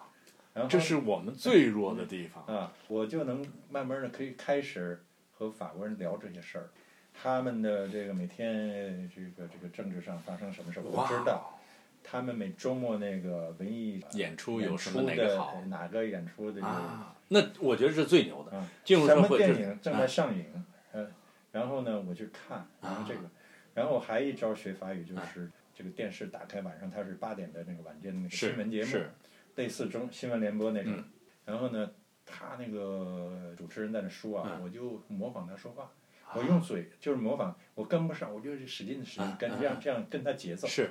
[SPEAKER 1] 然后
[SPEAKER 2] 这是我们最弱的地方。
[SPEAKER 1] 啊，我就能慢慢的可以开始和法国人聊这些事儿，他们的这个每天这个这个政治上发生什么事儿我
[SPEAKER 2] 哇
[SPEAKER 1] 知道，他们每周末那个文艺
[SPEAKER 2] 演出有什么
[SPEAKER 1] 演
[SPEAKER 2] 哪
[SPEAKER 1] 出
[SPEAKER 2] 个
[SPEAKER 1] 的
[SPEAKER 2] 好
[SPEAKER 1] 哪个演出的这个
[SPEAKER 2] 啊？那我觉得是最牛的。
[SPEAKER 1] 啊，
[SPEAKER 2] 进入
[SPEAKER 1] 什
[SPEAKER 2] 社
[SPEAKER 1] 么
[SPEAKER 2] 会
[SPEAKER 1] 电
[SPEAKER 2] 就是啊
[SPEAKER 1] 影正在上映，呃，然后呢我去看，然后这
[SPEAKER 2] 啊
[SPEAKER 1] 个，然后还一招学法语就是这个电视打开晚上它是八点的那个晚间的那个新闻节
[SPEAKER 2] 是
[SPEAKER 1] 目，
[SPEAKER 2] 是
[SPEAKER 1] 类似中新闻联播那种。
[SPEAKER 2] 嗯
[SPEAKER 1] 然后呢，他那个主持人在那说啊，
[SPEAKER 2] 嗯啊
[SPEAKER 1] 我就模仿他说话，我用嘴就是模仿，我跟不上，我就使劲使劲跟，
[SPEAKER 2] 嗯嗯
[SPEAKER 1] 这样这样跟他节奏。
[SPEAKER 2] 是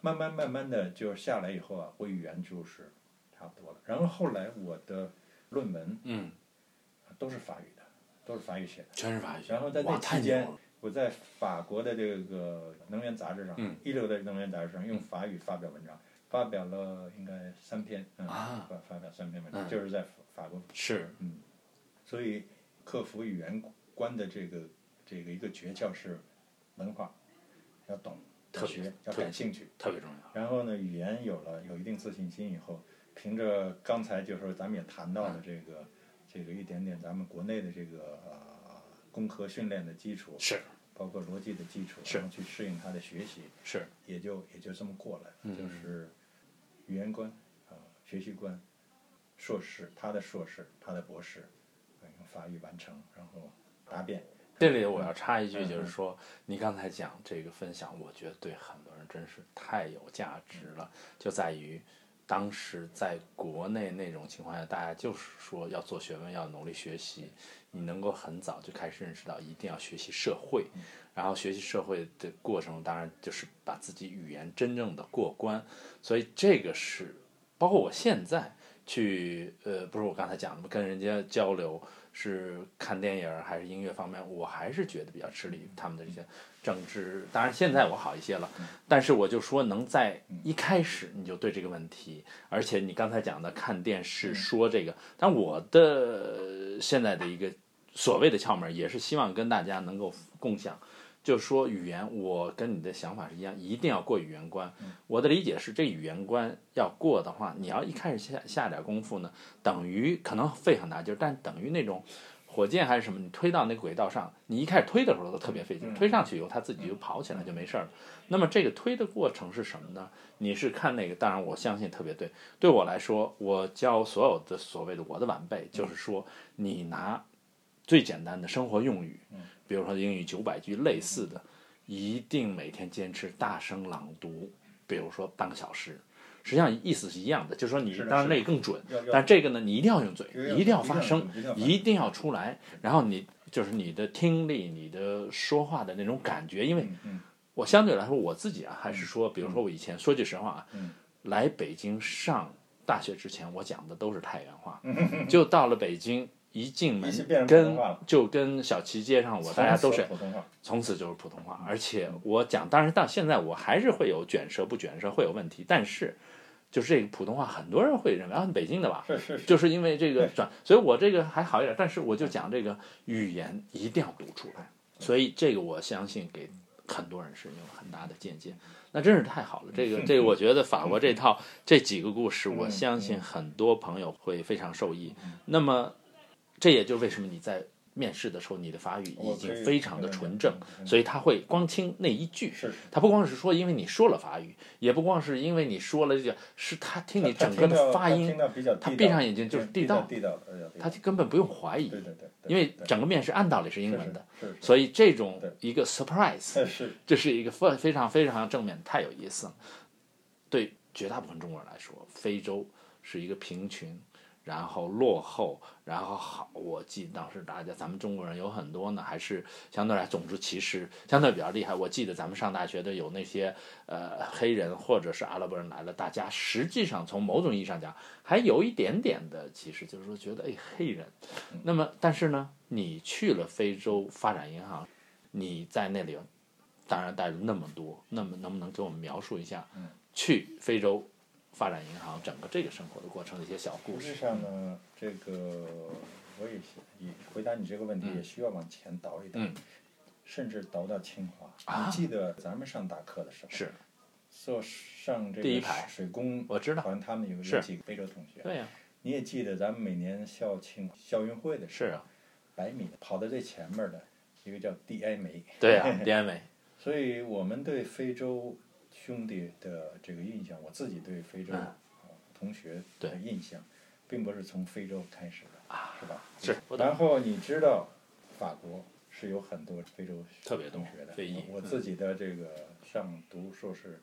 [SPEAKER 1] 慢慢慢慢的就下来以后啊，我语言就是差不多了。然后后来我的论文啊
[SPEAKER 2] 嗯，
[SPEAKER 1] 都是法语的，都是法语写的。
[SPEAKER 2] 全是法学。
[SPEAKER 1] 然后在
[SPEAKER 2] 哇
[SPEAKER 1] 那
[SPEAKER 2] 太
[SPEAKER 1] 期
[SPEAKER 2] 牛
[SPEAKER 1] 间
[SPEAKER 2] 了，
[SPEAKER 1] 我在法国的这个能源杂志上，
[SPEAKER 2] 嗯
[SPEAKER 1] 一流的能源杂志上用法语发表文章，发表了应该三篇，嗯，
[SPEAKER 2] 啊
[SPEAKER 1] 发发表三篇文章，
[SPEAKER 2] 嗯
[SPEAKER 1] 就是在法法国，
[SPEAKER 2] 是
[SPEAKER 1] 所以克服语言关的这个这个一个诀窍是文化，要懂，要
[SPEAKER 2] 特别
[SPEAKER 1] 学，要
[SPEAKER 2] 特别
[SPEAKER 1] 感兴趣。
[SPEAKER 2] 特别重要。
[SPEAKER 1] 然后呢，语言有了有一定自信心以后，凭着刚才就是说咱们也谈到了这个、这个一点点咱们国内的这个呃工科训练的基础，
[SPEAKER 2] 是
[SPEAKER 1] 包括逻辑的基础，
[SPEAKER 2] 是
[SPEAKER 1] 然后去适应他的学习，
[SPEAKER 2] 是
[SPEAKER 1] 也就也就这么过来了。
[SPEAKER 2] 嗯
[SPEAKER 1] 就是语言观啊、呃学习观，硕士他的硕士，他的博士，呃用法语完成，然后答辩。
[SPEAKER 2] 这里我要插一
[SPEAKER 1] 嗯
[SPEAKER 2] 句，
[SPEAKER 1] 嗯
[SPEAKER 2] 就是说，你刚才讲这个分享，我觉得对很多人真是太有价值了，就在于当时在国内那种情况下，大家就是说要做学问，要努力学习，你能够很早就开始认识到一定要学习社会，
[SPEAKER 1] 嗯
[SPEAKER 2] 然后学习社会的过程，当然就是把自己语言真正的过关，所以这个是包括我现在去呃，不是我刚才讲的吗？跟人家交流是看电影儿还是音乐方面，我还是觉得比较吃力。他们的这些政治，当然现在我好一些了，但是我就说能在一开始你就对这个问题，而且你刚才讲的看电视说这个，但我的现在的一个所谓的窍门儿，也是希望跟大家能够共享。就是说语言，我跟你的想法是一样，一定要过语言关。我的理解是，这语言关要过的话，你要一开始下下点功夫呢，等于可能费很大劲儿，但等于那种火箭还是什么，你推到那个轨道上，你一开始推的时候都特别费劲，推上去以后它自己就跑起来就没事儿了。那么这个推的过程是什么呢？你是看那个，当然我相信特别对。对我来说，我教所有的所谓的我的晚辈，就是说你拿最简单的生活用语，
[SPEAKER 1] 嗯
[SPEAKER 2] 比如说英语九百句类似的，一定每天坚持大声朗读，比如说半个小时。实际上意思是一样的，就是说你
[SPEAKER 1] 是的
[SPEAKER 2] 当
[SPEAKER 1] 是
[SPEAKER 2] 然那个更准，
[SPEAKER 1] 要要
[SPEAKER 2] 但这个呢，你一定要用嘴，
[SPEAKER 1] 要
[SPEAKER 2] 一定要发声
[SPEAKER 1] 一定要，发声
[SPEAKER 2] 一定要出来。然后你就是你的听力、你的说话的那种感觉，因为
[SPEAKER 1] 嗯嗯
[SPEAKER 2] 我相对来说我自己啊，还是说，比如说我以前说句实话啊
[SPEAKER 1] 嗯，
[SPEAKER 2] 来北京上大学之前，我讲的都是太 原话，就到了北京一进
[SPEAKER 1] 嗯
[SPEAKER 2] 门
[SPEAKER 1] 一下变成普
[SPEAKER 2] 跟
[SPEAKER 1] 通话了
[SPEAKER 2] 就跟小齐街上我大家都
[SPEAKER 1] 从
[SPEAKER 2] 是
[SPEAKER 1] 此普通话，
[SPEAKER 2] 从此就是普通话，而且我讲，当然到现在我还是会有卷舌不卷舌会有问题，但是就是这个普通话，很多人会认为啊，你北京的吧，
[SPEAKER 1] 是是是，
[SPEAKER 2] 就是因为这个转，所以我这个还好一点，但是我就讲这个语言一定要读出来，所以这个我相信给很多人是有很大的借鉴，那真是太好了。这个这个，我觉得法国这套这几个故事，我相信很多朋友会非常受益。那么，这也就为什么你在面试的时候，你的法语已
[SPEAKER 1] 我可
[SPEAKER 2] 经
[SPEAKER 1] 以
[SPEAKER 2] 非常的纯正，，所
[SPEAKER 1] 以
[SPEAKER 2] 以他会光听那一句，
[SPEAKER 1] 是
[SPEAKER 2] 他不光是说因为你说了法语，也不光是因为你说了这个，是他听你
[SPEAKER 1] 他
[SPEAKER 2] 整个
[SPEAKER 1] 听到
[SPEAKER 2] 的发
[SPEAKER 1] 他
[SPEAKER 2] 音
[SPEAKER 1] 听，到比较地道，
[SPEAKER 2] 他闭上眼睛就是
[SPEAKER 1] 对
[SPEAKER 2] 地
[SPEAKER 1] 比较
[SPEAKER 2] 道，
[SPEAKER 1] 地道的，比较
[SPEAKER 2] 他
[SPEAKER 1] 地道
[SPEAKER 2] 根本不用怀疑
[SPEAKER 1] 对，对对，对
[SPEAKER 2] 因为
[SPEAKER 1] 对
[SPEAKER 2] 整个面试按道理是英
[SPEAKER 1] 是
[SPEAKER 2] 文的，
[SPEAKER 1] 是是
[SPEAKER 2] 所以这种
[SPEAKER 1] 对
[SPEAKER 2] 一个 surprise，
[SPEAKER 1] 是是
[SPEAKER 2] 这是一个非非常非常正面，太有意思了。对绝大部分中国人来说，非洲是一个贫穷，然后落后，然后好，我记得当时大家咱们中国人有很多呢，还是相对来种族歧视相对比较厉害。我记得咱们上大学的有那些呃黑人或者是阿拉伯人来了，大家实际上从某种意义上讲，还有一点点的歧视，就是说觉得哎黑人，那么但是呢，你去了非洲发展银行，你在那里当然带了那么多，那么能不能给我们描述一下
[SPEAKER 1] 嗯
[SPEAKER 2] 去非洲发展银行整个这个生活的过程的一些小故
[SPEAKER 1] 实
[SPEAKER 2] 事
[SPEAKER 1] 际？上呢，这个我也想也回答你这个问题，
[SPEAKER 2] 嗯
[SPEAKER 1] 也需要往前倒一倒，
[SPEAKER 2] 嗯
[SPEAKER 1] 甚至倒到清华。
[SPEAKER 2] 啊
[SPEAKER 1] 你记得咱们上大课的时候，
[SPEAKER 2] 是，
[SPEAKER 1] 坐上这个
[SPEAKER 2] 第一排
[SPEAKER 1] 水工
[SPEAKER 2] 我知道。
[SPEAKER 1] 团，他们有
[SPEAKER 2] 是
[SPEAKER 1] 有几个非洲同学，
[SPEAKER 2] 对呀、
[SPEAKER 1] 你也记得咱们每年校庆校运会的时
[SPEAKER 2] 是啊，
[SPEAKER 1] 候，百米跑在最前面的一个叫蒂埃梅，
[SPEAKER 2] 对呀、啊，典美，
[SPEAKER 1] 所以我们对非洲兄弟的这个印象，我自己对非洲、
[SPEAKER 2] 嗯
[SPEAKER 1] 呃同学的印象，并不是从非洲开始的， 是啊吧？
[SPEAKER 2] 是我啊懂
[SPEAKER 1] 然后你知道，法国是有很多非洲
[SPEAKER 2] 特别多
[SPEAKER 1] 同学的
[SPEAKER 2] 非裔。嗯
[SPEAKER 1] 我自己的这个上读硕士、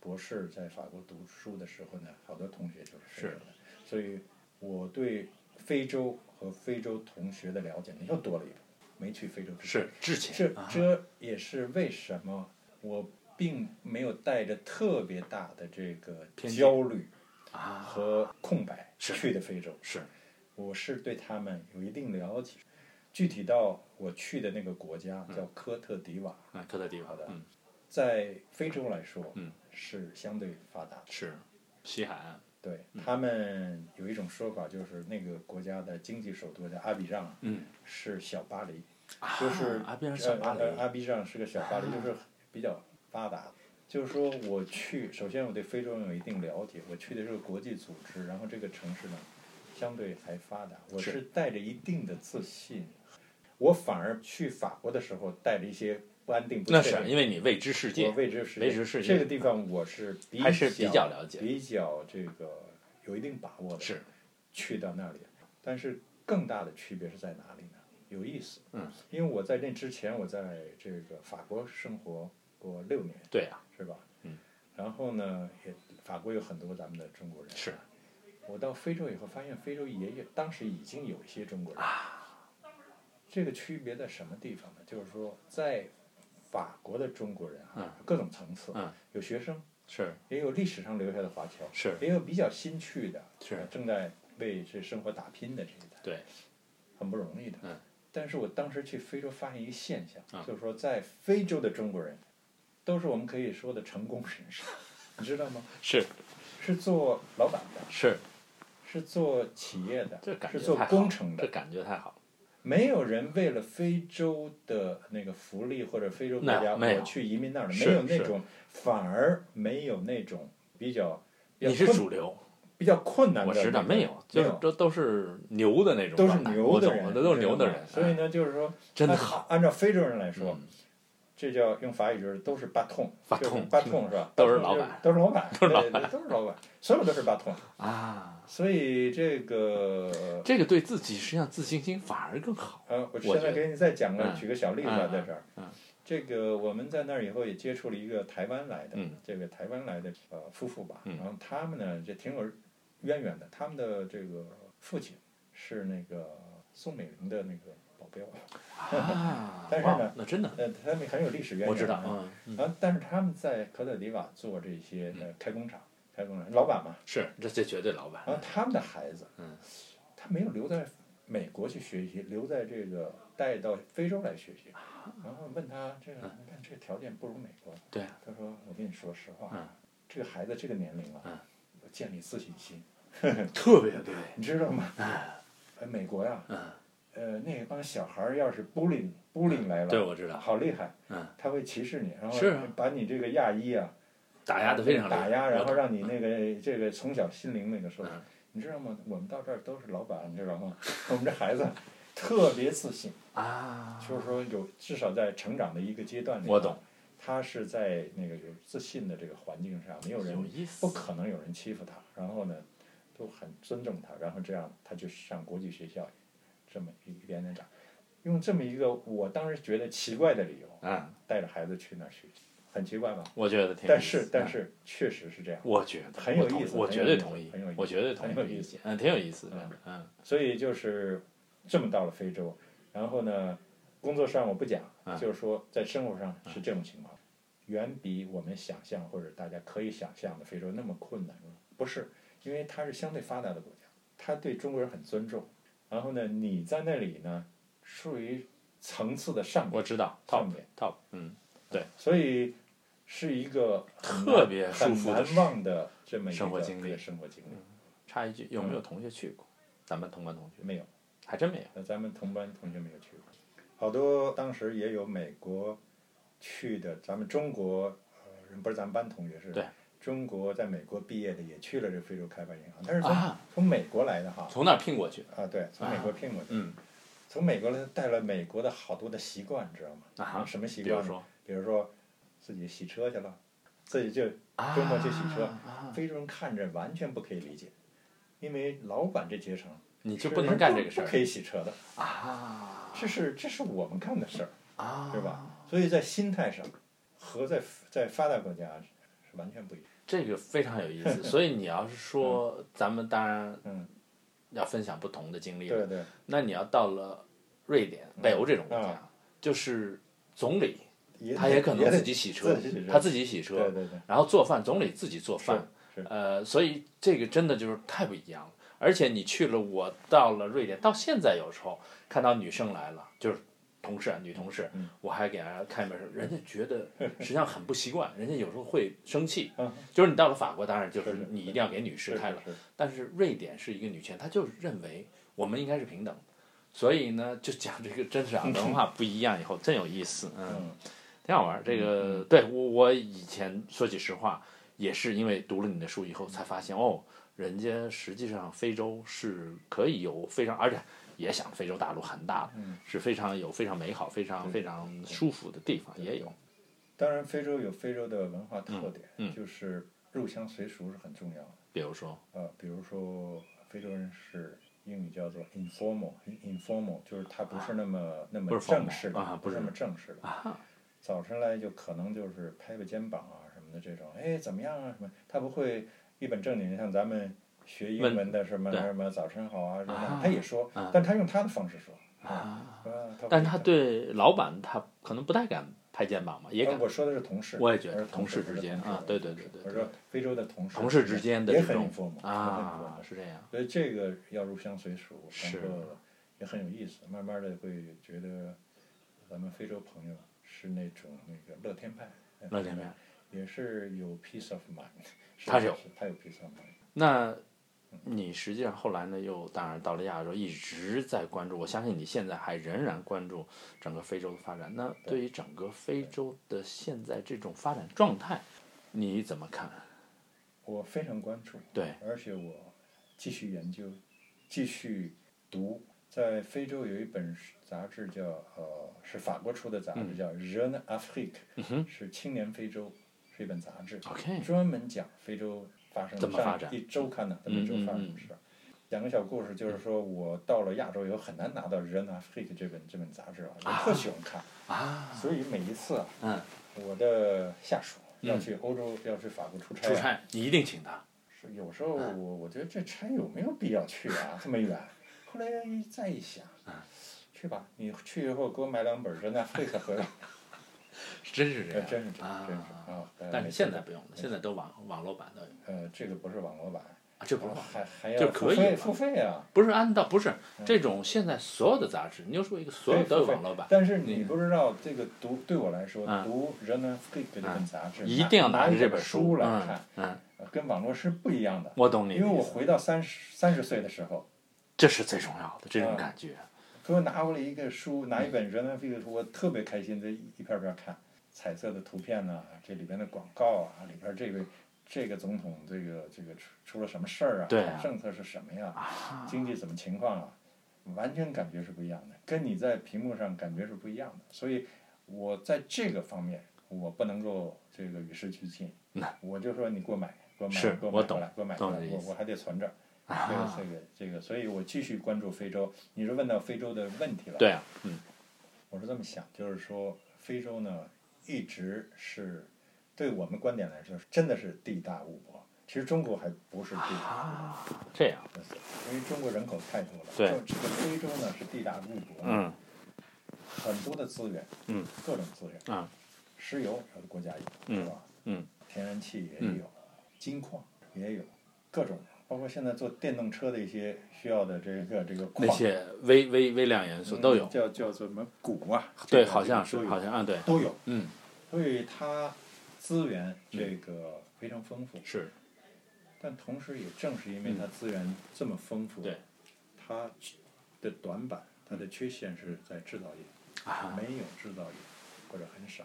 [SPEAKER 1] 博士在法国读书的时候呢，好多同学就是非洲的，所以我对非洲和非洲同学的了解呢又多了一步，没去非洲之前
[SPEAKER 2] 是之前
[SPEAKER 1] 这这也是为什么我并没有带着特别大的这个
[SPEAKER 2] 偏见
[SPEAKER 1] 焦虑
[SPEAKER 2] 啊，
[SPEAKER 1] 和空白
[SPEAKER 2] 是
[SPEAKER 1] 去的非洲，
[SPEAKER 2] 是
[SPEAKER 1] 我是对他们有一定了解。具体到我去的那个国家
[SPEAKER 2] 嗯
[SPEAKER 1] 叫科特迪瓦，
[SPEAKER 2] 啊，科特迪瓦
[SPEAKER 1] 好的
[SPEAKER 2] 嗯，
[SPEAKER 1] 在非洲来说
[SPEAKER 2] 嗯
[SPEAKER 1] 是相对发达的。
[SPEAKER 2] 是西海岸，
[SPEAKER 1] 对
[SPEAKER 2] 嗯
[SPEAKER 1] 他们有一种说法，就是那个国家的经济首都叫阿比让，
[SPEAKER 2] 嗯，
[SPEAKER 1] 是小巴黎，就是
[SPEAKER 2] 啊阿比让小巴黎啊
[SPEAKER 1] 呃呃阿比让是个小巴黎，就是比较发达。就是说，我去，首先我对非洲人有一定了解，我去的是个国际组织，然后这个城市呢，相对还发达，我
[SPEAKER 2] 是
[SPEAKER 1] 是带着一定的自信，我反而去法国的时候带着一些不安定、不
[SPEAKER 2] 那
[SPEAKER 1] 确
[SPEAKER 2] 是啊
[SPEAKER 1] 定
[SPEAKER 2] 因为你未知世界
[SPEAKER 1] 我，未知世界，
[SPEAKER 2] 未知世界
[SPEAKER 1] 这个地方我是比较
[SPEAKER 2] 还是比较了解
[SPEAKER 1] 比较这个有一定把握的。
[SPEAKER 2] 是
[SPEAKER 1] 去到那里，但是更大的区别是在哪里呢？有意思，
[SPEAKER 2] 嗯，
[SPEAKER 1] 因为我在那之前，我在这个法国生活过六年，
[SPEAKER 2] 对啊，
[SPEAKER 1] 是吧？
[SPEAKER 2] 嗯，
[SPEAKER 1] 然后呢，也法国有很多咱们的中国人，
[SPEAKER 2] 是
[SPEAKER 1] 我到非洲以后，发现非洲也有，当时已经有一些中国人。
[SPEAKER 2] 啊
[SPEAKER 1] 这个区别在什么地方呢？就是说，在法国的中国人啊，各种层次，
[SPEAKER 2] 嗯
[SPEAKER 1] 有学生，
[SPEAKER 2] 是
[SPEAKER 1] 也有历史上留下的华侨，
[SPEAKER 2] 是
[SPEAKER 1] 也有比较新去的，
[SPEAKER 2] 是
[SPEAKER 1] 正在为这生活打拼的这一代，
[SPEAKER 2] 对，
[SPEAKER 1] 很不容易的。
[SPEAKER 2] 嗯
[SPEAKER 1] 但是我当时去非洲发现一个现象，
[SPEAKER 2] 啊
[SPEAKER 1] 就是说，在非洲的中国人，都是我们可以说的成功人士，你知道吗？
[SPEAKER 2] 是
[SPEAKER 1] 是做老板的，
[SPEAKER 2] 是，
[SPEAKER 1] 是做企业的
[SPEAKER 2] 这，感
[SPEAKER 1] 是
[SPEAKER 2] 觉
[SPEAKER 1] 做
[SPEAKER 2] 太好
[SPEAKER 1] 工
[SPEAKER 2] 了
[SPEAKER 1] 程
[SPEAKER 2] 这
[SPEAKER 1] 的，
[SPEAKER 2] 感觉太好了，
[SPEAKER 1] 没有人为了非洲的那个福利或者非洲国
[SPEAKER 2] 那
[SPEAKER 1] 家，
[SPEAKER 2] 没有
[SPEAKER 1] 我去移民那儿了，
[SPEAKER 2] 是
[SPEAKER 1] 没有那
[SPEAKER 2] 是
[SPEAKER 1] 种，反而没有那种比较比
[SPEAKER 2] 你
[SPEAKER 1] 较
[SPEAKER 2] 是
[SPEAKER 1] 困
[SPEAKER 2] 主流，
[SPEAKER 1] 比较困难的
[SPEAKER 2] 我
[SPEAKER 1] 那种，
[SPEAKER 2] 知道没有，就是都都是牛的那种
[SPEAKER 1] 都是
[SPEAKER 2] 状态，
[SPEAKER 1] 牛
[SPEAKER 2] 我
[SPEAKER 1] 的
[SPEAKER 2] 懂
[SPEAKER 1] 人，
[SPEAKER 2] 了，都是牛的
[SPEAKER 1] 你知道吗
[SPEAKER 2] 人，
[SPEAKER 1] 所以
[SPEAKER 2] 哎
[SPEAKER 1] 呢，就是说，
[SPEAKER 2] 真
[SPEAKER 1] 按
[SPEAKER 2] 好，。
[SPEAKER 1] 按照非洲人来说
[SPEAKER 2] 嗯，
[SPEAKER 1] 这叫用法语就是都是巴痛，
[SPEAKER 2] 巴
[SPEAKER 1] 就是
[SPEAKER 2] 痛
[SPEAKER 1] 巴痛是吧？
[SPEAKER 2] 嗯都是
[SPEAKER 1] 巴痛就
[SPEAKER 2] 老板
[SPEAKER 1] 都是老 板，都是老板，都是老板，所有都是巴痛。
[SPEAKER 2] 啊，
[SPEAKER 1] 所以这个
[SPEAKER 2] 这个对自己实际上自信心反而更好。
[SPEAKER 1] 呃，我
[SPEAKER 2] 觉
[SPEAKER 1] 现在
[SPEAKER 2] 得
[SPEAKER 1] 给你再讲个
[SPEAKER 2] 嗯
[SPEAKER 1] 举个小例子吧，
[SPEAKER 2] 嗯
[SPEAKER 1] 在这儿
[SPEAKER 2] 嗯嗯，
[SPEAKER 1] 这个我们在那儿以后也接触了一个台湾来的
[SPEAKER 2] 嗯，
[SPEAKER 1] 这个台湾来的呃夫妇吧，
[SPEAKER 2] 嗯
[SPEAKER 1] 然后他们呢这挺有渊源的，他们的这个父亲是那个宋美龄的那个保镖。
[SPEAKER 2] 啊，
[SPEAKER 1] 但是
[SPEAKER 2] 哇
[SPEAKER 1] 呢
[SPEAKER 2] 那真的，
[SPEAKER 1] 呃，他们很有历史渊源。
[SPEAKER 2] 我知道
[SPEAKER 1] 啊，
[SPEAKER 2] 嗯，嗯
[SPEAKER 1] 然后，但是他们在科特迪瓦做这些呃开工厂，开工厂老板嘛，
[SPEAKER 2] 是这这绝对老
[SPEAKER 1] 然
[SPEAKER 2] 板
[SPEAKER 1] 后，他们的孩子，
[SPEAKER 2] 嗯，
[SPEAKER 1] 他没有留在美国去学习，留在这个带到非洲来学习。然后问他这个，你看这个条件不如美国，
[SPEAKER 2] 啊嗯对啊，
[SPEAKER 1] 他说我跟你说实话，
[SPEAKER 2] 嗯
[SPEAKER 1] 这个孩子这个年龄
[SPEAKER 2] 嗯
[SPEAKER 1] 啊，要建立自信心，
[SPEAKER 2] 特别对，
[SPEAKER 1] 你知道吗？呃，美国呀、
[SPEAKER 2] 嗯，
[SPEAKER 1] 呃，那帮小孩儿要是 bullying bullying 来了，
[SPEAKER 2] 对我知道，
[SPEAKER 1] 好厉害，
[SPEAKER 2] 嗯，
[SPEAKER 1] 他会歧视你，然后
[SPEAKER 2] 是啊
[SPEAKER 1] 把你这个亚裔啊
[SPEAKER 2] 打压的非常厉害
[SPEAKER 1] 打压，然后
[SPEAKER 2] 我
[SPEAKER 1] 让你那个这个从小心灵那个受
[SPEAKER 2] 嗯
[SPEAKER 1] 你知道吗？我们到这儿都是老板，你知道吗？我们这孩子特别自信，
[SPEAKER 2] 啊，
[SPEAKER 1] 就是说有至少在成长的一个阶段里，啊
[SPEAKER 2] 我懂，
[SPEAKER 1] 他是在那个有自信的这个环境上，没有人
[SPEAKER 2] 有意思
[SPEAKER 1] 不可能有人欺负他，然后呢，都很尊重他，然后这样他就上国际学校，这么一点点长，用这么一个我当时觉得奇怪的理由，
[SPEAKER 2] 嗯，
[SPEAKER 1] 带着孩子去那儿学习，很奇怪吧？
[SPEAKER 2] 我觉得挺有意思。
[SPEAKER 1] 但是但
[SPEAKER 2] 嗯，
[SPEAKER 1] 是确实是这样，
[SPEAKER 2] 我觉得
[SPEAKER 1] 很有
[SPEAKER 2] 我同
[SPEAKER 1] 意思
[SPEAKER 2] 我
[SPEAKER 1] 很
[SPEAKER 2] 绝
[SPEAKER 1] 有
[SPEAKER 2] 对
[SPEAKER 1] 意思
[SPEAKER 2] 同意
[SPEAKER 1] 很有意，思
[SPEAKER 2] 我绝对同意
[SPEAKER 1] 很
[SPEAKER 2] 这
[SPEAKER 1] 有
[SPEAKER 2] 个意
[SPEAKER 1] 意
[SPEAKER 2] 见，嗯，挺有意思的
[SPEAKER 1] 嗯，
[SPEAKER 2] 嗯
[SPEAKER 1] 所以就是这么到了非洲，然后呢，工作上我不讲，
[SPEAKER 2] 嗯
[SPEAKER 1] 就是说在生活上
[SPEAKER 2] 啊
[SPEAKER 1] 是这种情况，远比我们想象或者大家可以想象的非洲那么困难。不是，因为它是相对发达的国家，它对中国人很尊重。然后呢，你在那里呢，属于层次的上
[SPEAKER 2] 我
[SPEAKER 1] 面，
[SPEAKER 2] 知道
[SPEAKER 1] 上
[SPEAKER 2] ，top
[SPEAKER 1] 面
[SPEAKER 2] top，嗯，
[SPEAKER 1] 所以是一个很难
[SPEAKER 2] 特别舒服的
[SPEAKER 1] 很难忘的这么一个
[SPEAKER 2] 生活经历嗯
[SPEAKER 1] 对生活经历
[SPEAKER 2] 插一句，有
[SPEAKER 1] 嗯
[SPEAKER 2] 没有同学去过？咱们同班同学
[SPEAKER 1] 没有。
[SPEAKER 2] 还真没有。
[SPEAKER 1] 那咱们同班同学没有去过，好多当时也有美国去的，咱们中国呃人不是咱们班同学是
[SPEAKER 2] 对
[SPEAKER 1] 中国在美国毕业的也去了这非洲开发银行，但是从、
[SPEAKER 2] 啊
[SPEAKER 1] 从美国来的哈
[SPEAKER 2] 从那儿聘过去，
[SPEAKER 1] 啊对，从美国聘过去，
[SPEAKER 2] 嗯
[SPEAKER 1] 从美国来带了美国的好多的习惯，你知道吗？
[SPEAKER 2] 啊哈，
[SPEAKER 1] 什么习
[SPEAKER 2] 比如
[SPEAKER 1] 惯呢？
[SPEAKER 2] 说
[SPEAKER 1] 比如说自己洗车去了，自己就
[SPEAKER 2] 啊
[SPEAKER 1] 周末去洗车
[SPEAKER 2] 啊
[SPEAKER 1] 非洲人看着完全不可以理解，因为老板这阶层
[SPEAKER 2] 你就是不能
[SPEAKER 1] 人
[SPEAKER 2] 干这个事
[SPEAKER 1] 不可
[SPEAKER 2] 儿
[SPEAKER 1] 以洗车的，
[SPEAKER 2] 啊
[SPEAKER 1] 这是这是我们干的事儿。
[SPEAKER 2] 啊，
[SPEAKER 1] 对吧？所以在心态上和在在发达国家是完全不一样。
[SPEAKER 2] 这个非常有意 思，所以你要是说咱们当然
[SPEAKER 1] 嗯，
[SPEAKER 2] 要分享不同的经历，
[SPEAKER 1] 对对，
[SPEAKER 2] 那你要到了瑞典、北欧这种国
[SPEAKER 1] 嗯
[SPEAKER 2] 家，就是总理
[SPEAKER 1] 也
[SPEAKER 2] 他也可能
[SPEAKER 1] 也得
[SPEAKER 2] 自己洗车
[SPEAKER 1] 自己洗，车
[SPEAKER 2] 他自己洗
[SPEAKER 1] 对
[SPEAKER 2] 车，
[SPEAKER 1] 对对，
[SPEAKER 2] 然后做饭总理自己做饭，
[SPEAKER 1] 是是
[SPEAKER 2] 呃，所以这个真的就是太不一样了。而且你去了，我到了瑞典，到现在有时候看到女生来了，就是同事啊，女同事，
[SPEAKER 1] 嗯
[SPEAKER 2] 我还给她开门，人家觉得实际上很不习惯，人家有时候会生气。
[SPEAKER 1] 嗯
[SPEAKER 2] 就是你到了法国，当然就是
[SPEAKER 1] 是是
[SPEAKER 2] 你一定要给女
[SPEAKER 1] 是
[SPEAKER 2] 士开了，
[SPEAKER 1] 是是，
[SPEAKER 2] 但是瑞典是一个女权，她就是认为我们应该是平等的，所以呢，就讲这个真是啊，文化不一样以后真有意思，嗯。
[SPEAKER 1] 嗯
[SPEAKER 2] 挺好玩儿。这个对我我以前说句实话，也是因为读了你的书以后才发现，哦，人家实际上非洲是可以有非常，而且也想非洲大陆很大的，
[SPEAKER 1] 嗯
[SPEAKER 2] 是非常有非常美好、非常非常舒服的地方也有。
[SPEAKER 1] 当然，非洲有非洲的文化特点，
[SPEAKER 2] 嗯嗯
[SPEAKER 1] 就是入乡随俗是很重要的。
[SPEAKER 2] 比如说，
[SPEAKER 1] 呃，比如说非洲人是英语叫做 informal，informal 就是他不是那么、那
[SPEAKER 2] 不
[SPEAKER 1] 么
[SPEAKER 2] 是 formal，
[SPEAKER 1] 正式的，
[SPEAKER 2] 啊不是
[SPEAKER 1] 那么正式的。早晨来就可能就是拍拍肩膀啊什么的这种，哎怎么样啊什么，他不会一本正经地像咱们学英
[SPEAKER 2] 问
[SPEAKER 1] 文的什么
[SPEAKER 2] 对
[SPEAKER 1] 什么早晨好啊什么，
[SPEAKER 2] 啊
[SPEAKER 1] 他也说，
[SPEAKER 2] 啊
[SPEAKER 1] 但他用他的方式说。
[SPEAKER 2] 啊，
[SPEAKER 1] 啊，
[SPEAKER 2] 但是
[SPEAKER 1] 不
[SPEAKER 2] 他
[SPEAKER 1] 会
[SPEAKER 2] 对老板他可能不太敢拍肩膀嘛，也
[SPEAKER 1] 呃
[SPEAKER 2] 敢。
[SPEAKER 1] 我说的是同事，
[SPEAKER 2] 我也觉得
[SPEAKER 1] 而同
[SPEAKER 2] 同事之间啊对对对对
[SPEAKER 1] 我
[SPEAKER 2] 对
[SPEAKER 1] 说非洲的同事
[SPEAKER 2] 同事之间的
[SPEAKER 1] 也
[SPEAKER 2] 这
[SPEAKER 1] 很
[SPEAKER 2] 种
[SPEAKER 1] informal
[SPEAKER 2] 啊，是这样，
[SPEAKER 1] 所以这个要入乡随俗，
[SPEAKER 2] 是
[SPEAKER 1] 然后也很有意思。慢慢的会觉得，咱们非洲朋友是那种那个乐天派，
[SPEAKER 2] 乐天派，
[SPEAKER 1] 也是有 peace of mind，
[SPEAKER 2] 他是有
[SPEAKER 1] 他有 peace of mind，
[SPEAKER 2] 那你实际上后来呢，又当然到了亚洲，一直在关注。我相信你现在还仍然关注整个非洲的发展。那对于整个非洲的现在这种发展状态，你怎么看？
[SPEAKER 1] 我非常关注，
[SPEAKER 2] 对，
[SPEAKER 1] 而且我继续研究，继续读。在非洲有一本杂志叫呃，是法国出的杂
[SPEAKER 2] 嗯
[SPEAKER 1] 志，叫《Jeune Afrique》，是青年非洲，是一本杂志。
[SPEAKER 2] OK
[SPEAKER 1] 专门讲非洲发生的
[SPEAKER 2] 怎么发
[SPEAKER 1] 上
[SPEAKER 2] 展
[SPEAKER 1] 一周刊的怎
[SPEAKER 2] 嗯
[SPEAKER 1] 么一周发生
[SPEAKER 2] 嗯嗯
[SPEAKER 1] 的事儿。讲个小故事，就是说我到了亚洲以后很难拿到《人啊 Hit》这本这本杂志啊，我特喜欢看，
[SPEAKER 2] 啊，
[SPEAKER 1] 所以每一次啊，
[SPEAKER 2] 嗯，
[SPEAKER 1] 我的下属要去欧洲，要去法国出差啊，
[SPEAKER 2] 出差嗯你一定请他。
[SPEAKER 1] 是有时候我我觉得这差有没有必要去啊， 这么远。后来一再一想，
[SPEAKER 2] 嗯
[SPEAKER 1] 去吧，你去以后给我买两本《人啊 Hit》回 来，
[SPEAKER 2] 真是这
[SPEAKER 1] 呃
[SPEAKER 2] 样，
[SPEAKER 1] 真是这样，真是
[SPEAKER 2] 啊。
[SPEAKER 1] 啊。呃
[SPEAKER 2] 但是
[SPEAKER 1] 每次
[SPEAKER 2] 现在
[SPEAKER 1] 都
[SPEAKER 2] 不用了，现在都网网络版都有，
[SPEAKER 1] 呃，这个不是网络版，
[SPEAKER 2] 啊这不是网
[SPEAKER 1] 还还
[SPEAKER 2] 就
[SPEAKER 1] 要付
[SPEAKER 2] 可以
[SPEAKER 1] 费
[SPEAKER 2] 嘛
[SPEAKER 1] 付费啊。
[SPEAKER 2] 不是按照不是这种现在所有的杂志，牛书一个所有
[SPEAKER 1] 嗯对
[SPEAKER 2] 都有
[SPEAKER 1] 付费
[SPEAKER 2] 网络版，
[SPEAKER 1] 但是你不知道这个读对我来说，
[SPEAKER 2] 嗯
[SPEAKER 1] 读《人文 Freak》这本杂志，
[SPEAKER 2] 一定要
[SPEAKER 1] 拿
[SPEAKER 2] 着
[SPEAKER 1] 一
[SPEAKER 2] 这
[SPEAKER 1] 本
[SPEAKER 2] 书
[SPEAKER 1] 来
[SPEAKER 2] 嗯
[SPEAKER 1] 看，
[SPEAKER 2] 嗯，
[SPEAKER 1] 呃跟网络是不一样的。
[SPEAKER 2] 我懂你的意
[SPEAKER 1] 因
[SPEAKER 2] 思。
[SPEAKER 1] 为我回到三十三十岁的时候，
[SPEAKER 2] 这是最重要的这种
[SPEAKER 1] 嗯
[SPEAKER 2] 感觉。
[SPEAKER 1] 给我拿回来一个书，
[SPEAKER 2] 嗯
[SPEAKER 1] 拿一本《人文 Freak》的书，我特别开心，这一片片看，彩色的图片呐、这里边的广告啊，里边这个。这个总统，这个这个出出了什么事儿啊？
[SPEAKER 2] 对啊
[SPEAKER 1] 政策是什么呀？经济怎么情况啊？完全感觉是不一样的，跟你在屏幕上感觉是不一样的。所以，我在这个方面我不能够这个与时俱进，我就说你给我买，给我买，
[SPEAKER 2] 是
[SPEAKER 1] 给我
[SPEAKER 2] 我
[SPEAKER 1] 买
[SPEAKER 2] 懂
[SPEAKER 1] 回来，给我买
[SPEAKER 2] 懂
[SPEAKER 1] 回来，
[SPEAKER 2] 你的
[SPEAKER 1] 我
[SPEAKER 2] 意思
[SPEAKER 1] 我还得存着。这个这个这个，所以我继续关注非洲。你是问到非洲的问题了，
[SPEAKER 2] 对啊，嗯，
[SPEAKER 1] 我是这么想，就是说非洲呢，一直是对我们观点来说，真的是地大物博。其实中国还不是地大
[SPEAKER 2] 啊，这样，
[SPEAKER 1] 物博，因为中国人口太多了。
[SPEAKER 2] 对
[SPEAKER 1] 就这个非洲呢是地大物博，
[SPEAKER 2] 嗯，
[SPEAKER 1] 很多的资源，
[SPEAKER 2] 嗯，
[SPEAKER 1] 各种资源，
[SPEAKER 2] 啊，
[SPEAKER 1] 石油有的国家有，
[SPEAKER 2] 嗯
[SPEAKER 1] 是吧？
[SPEAKER 2] 嗯，
[SPEAKER 1] 天然气也
[SPEAKER 2] 嗯
[SPEAKER 1] 有，金矿也有，各种，包括现在做电动车的一些需要的这个这个矿
[SPEAKER 2] 那些微微微量元素都有
[SPEAKER 1] 嗯，叫叫做什么钴啊？
[SPEAKER 2] 对，
[SPEAKER 1] 这个
[SPEAKER 2] 好像
[SPEAKER 1] 都
[SPEAKER 2] 是，
[SPEAKER 1] 有
[SPEAKER 2] 好像啊，对，
[SPEAKER 1] 都有，
[SPEAKER 2] 嗯，
[SPEAKER 1] 所以它资源这个非常丰富，
[SPEAKER 2] 是，
[SPEAKER 1] 但同时也正是因为它资源这么丰富，
[SPEAKER 2] 嗯对
[SPEAKER 1] 它的短板、它的缺陷是在制造业，
[SPEAKER 2] 啊，
[SPEAKER 1] 没有制造业或者很少。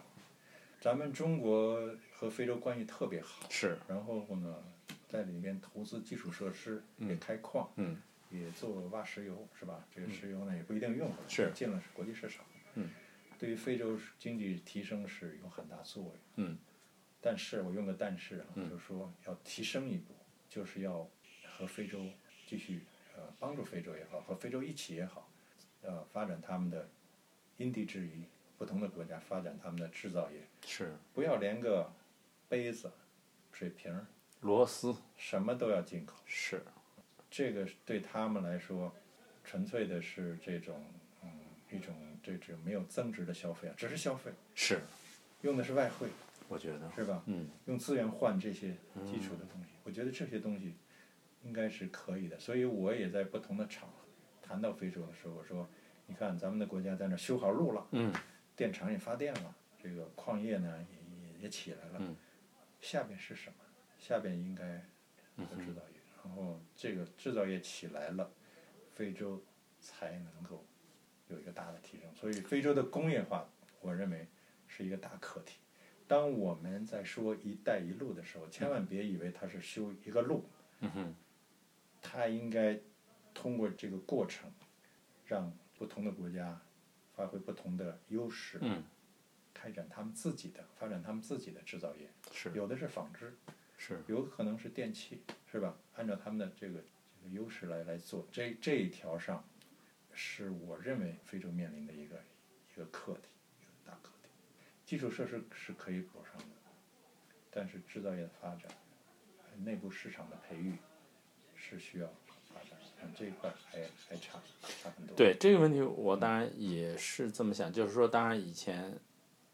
[SPEAKER 1] 咱们中国和非洲关系特别好，
[SPEAKER 2] 是，
[SPEAKER 1] 然后呢，在里边投资基础设施，
[SPEAKER 2] 嗯
[SPEAKER 1] 也开矿，
[SPEAKER 2] 嗯，
[SPEAKER 1] 也做挖石油，是吧？这个石油呢也不一定用了，
[SPEAKER 2] 是
[SPEAKER 1] 进了国际市场，
[SPEAKER 2] 嗯，
[SPEAKER 1] 对于非洲经济提升是有很大作用。
[SPEAKER 2] 嗯，
[SPEAKER 1] 但是我用个但是啊，
[SPEAKER 2] 嗯
[SPEAKER 1] 就是说要提升一步，就是要和非洲继续呃帮助非洲也好，和非洲一起也好，呃发展他们的因地制宜，不同的国家发展他们的制造业，
[SPEAKER 2] 是，
[SPEAKER 1] 不要连个杯子、水瓶儿
[SPEAKER 2] 螺丝
[SPEAKER 1] 什么都要进口，
[SPEAKER 2] 是，
[SPEAKER 1] 这个对他们来说，纯粹的是这种嗯一种这种没有增值的消费啊，只是消费，
[SPEAKER 2] 是，
[SPEAKER 1] 用的是外汇
[SPEAKER 2] 我觉得，
[SPEAKER 1] 是吧？
[SPEAKER 2] 嗯，
[SPEAKER 1] 用资源换这些基础的东西，我觉得这些东西应该是可以的。所以我也在不同的场合谈到非洲的时候，我说，你看咱们的国家在那儿修好路了，
[SPEAKER 2] 嗯，
[SPEAKER 1] 电厂也发电了，这个矿业呢也也也起来了，
[SPEAKER 2] 嗯
[SPEAKER 1] 下边是什么？下边应该有制
[SPEAKER 2] 嗯
[SPEAKER 1] 造业，然后这个制造业起来了，非洲才能够有一个大的提升。所以非洲的工业化，我认为是一个大课题。当我们在说“一带一路”的时候，千万别以为它是修一个路，
[SPEAKER 2] 嗯哼，
[SPEAKER 1] 它应该通过这个过程，让不同的国家发挥不同的优势，
[SPEAKER 2] 嗯，
[SPEAKER 1] 开展他们自己的，发展他们自己的制造业。
[SPEAKER 2] 是
[SPEAKER 1] 有的是纺织，
[SPEAKER 2] 是，
[SPEAKER 1] 有可能是电器，是吧？按照他们的这个这个优势来来做，这这一条上，是我认为非洲面临的一个一个课题，一个大课题。基础设施是可以补上的，但是制造业的发展、呃内部市场的培育是需要发展的，嗯这一块还还差差很多。嗯
[SPEAKER 2] 对这个问题，我当然也是这么想，就是说，当然以前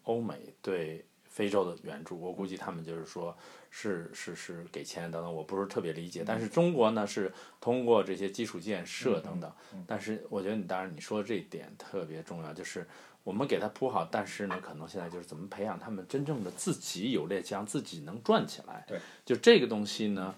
[SPEAKER 2] 欧美对非洲的援助，我估计他们就是说是是是给钱等等，我不是特别理解。
[SPEAKER 1] 嗯
[SPEAKER 2] 但是中国呢，是通过这些基础建设等等。
[SPEAKER 1] 嗯
[SPEAKER 2] 但是我觉得你当然你说的这一点特别重要，就是我们给他铺好，但是呢，可能现在就是怎么培养他们真正的自己有猎枪，自己能转起来。
[SPEAKER 1] 对，
[SPEAKER 2] 就这个东西呢。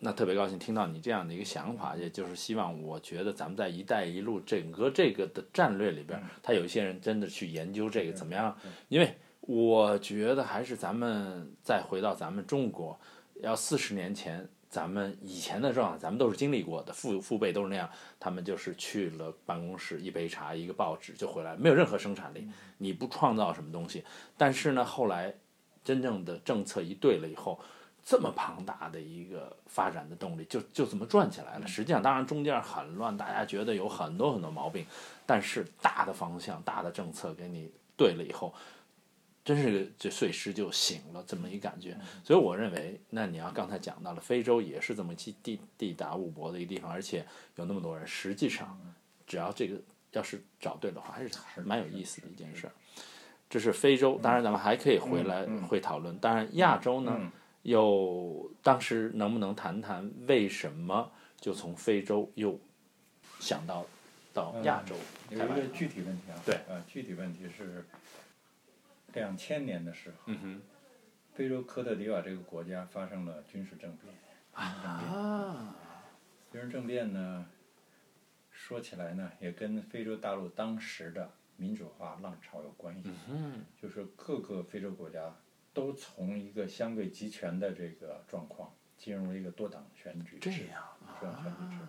[SPEAKER 2] 那特别高兴听到你这样的一个想法，也就是希望，我觉得咱们在“一带一路”整个这个的战略里边，他有一些人真的去研究这个怎么样，因为我觉得还是咱们再回到咱们中国，要四十年前，咱们以前的状态，咱们都是经历过的，父父辈都是那样，他们就是去了办公室，一杯茶，一个报纸就回来，没有任何生产力，你不创造什么东西。但是呢，后来真正的政策一对了以后，这么庞大的一个发展的动力，就就这么转起来了。实际上，当然中间很乱，大家觉得有很多很多毛病，但是大的方向、大的政策给你对了以后，真是这碎尸就醒了这么一感觉。所以我认为，那你要刚才讲到了，非洲也是这么地地地大物博的一个地方，而且有那么多人，实际上只要这个要是找对的话，还是蛮有意思的一件事儿。这是非洲，当然咱们还可以回来会讨论。
[SPEAKER 1] 嗯
[SPEAKER 2] 当然，亚洲呢？又当时能不能谈谈为什么就从非洲又想到到亚洲
[SPEAKER 1] 嗯有
[SPEAKER 2] 开
[SPEAKER 1] 一
[SPEAKER 2] 发？
[SPEAKER 1] 个具体问题啊，
[SPEAKER 2] 对
[SPEAKER 1] 呃，具体问题是两千年的时候，
[SPEAKER 2] 嗯哼
[SPEAKER 1] 非洲科特迪瓦这个国家发生了军事政变。
[SPEAKER 2] 啊，
[SPEAKER 1] 军事政变呢，说起来呢，也跟非洲大陆当时的民主化浪潮有关系。
[SPEAKER 2] 嗯
[SPEAKER 1] 就是各个非洲国家都从一个相对集权的这个状况，进入一个多党选举
[SPEAKER 2] 这
[SPEAKER 1] 制，
[SPEAKER 2] 样啊
[SPEAKER 1] 多党选举制。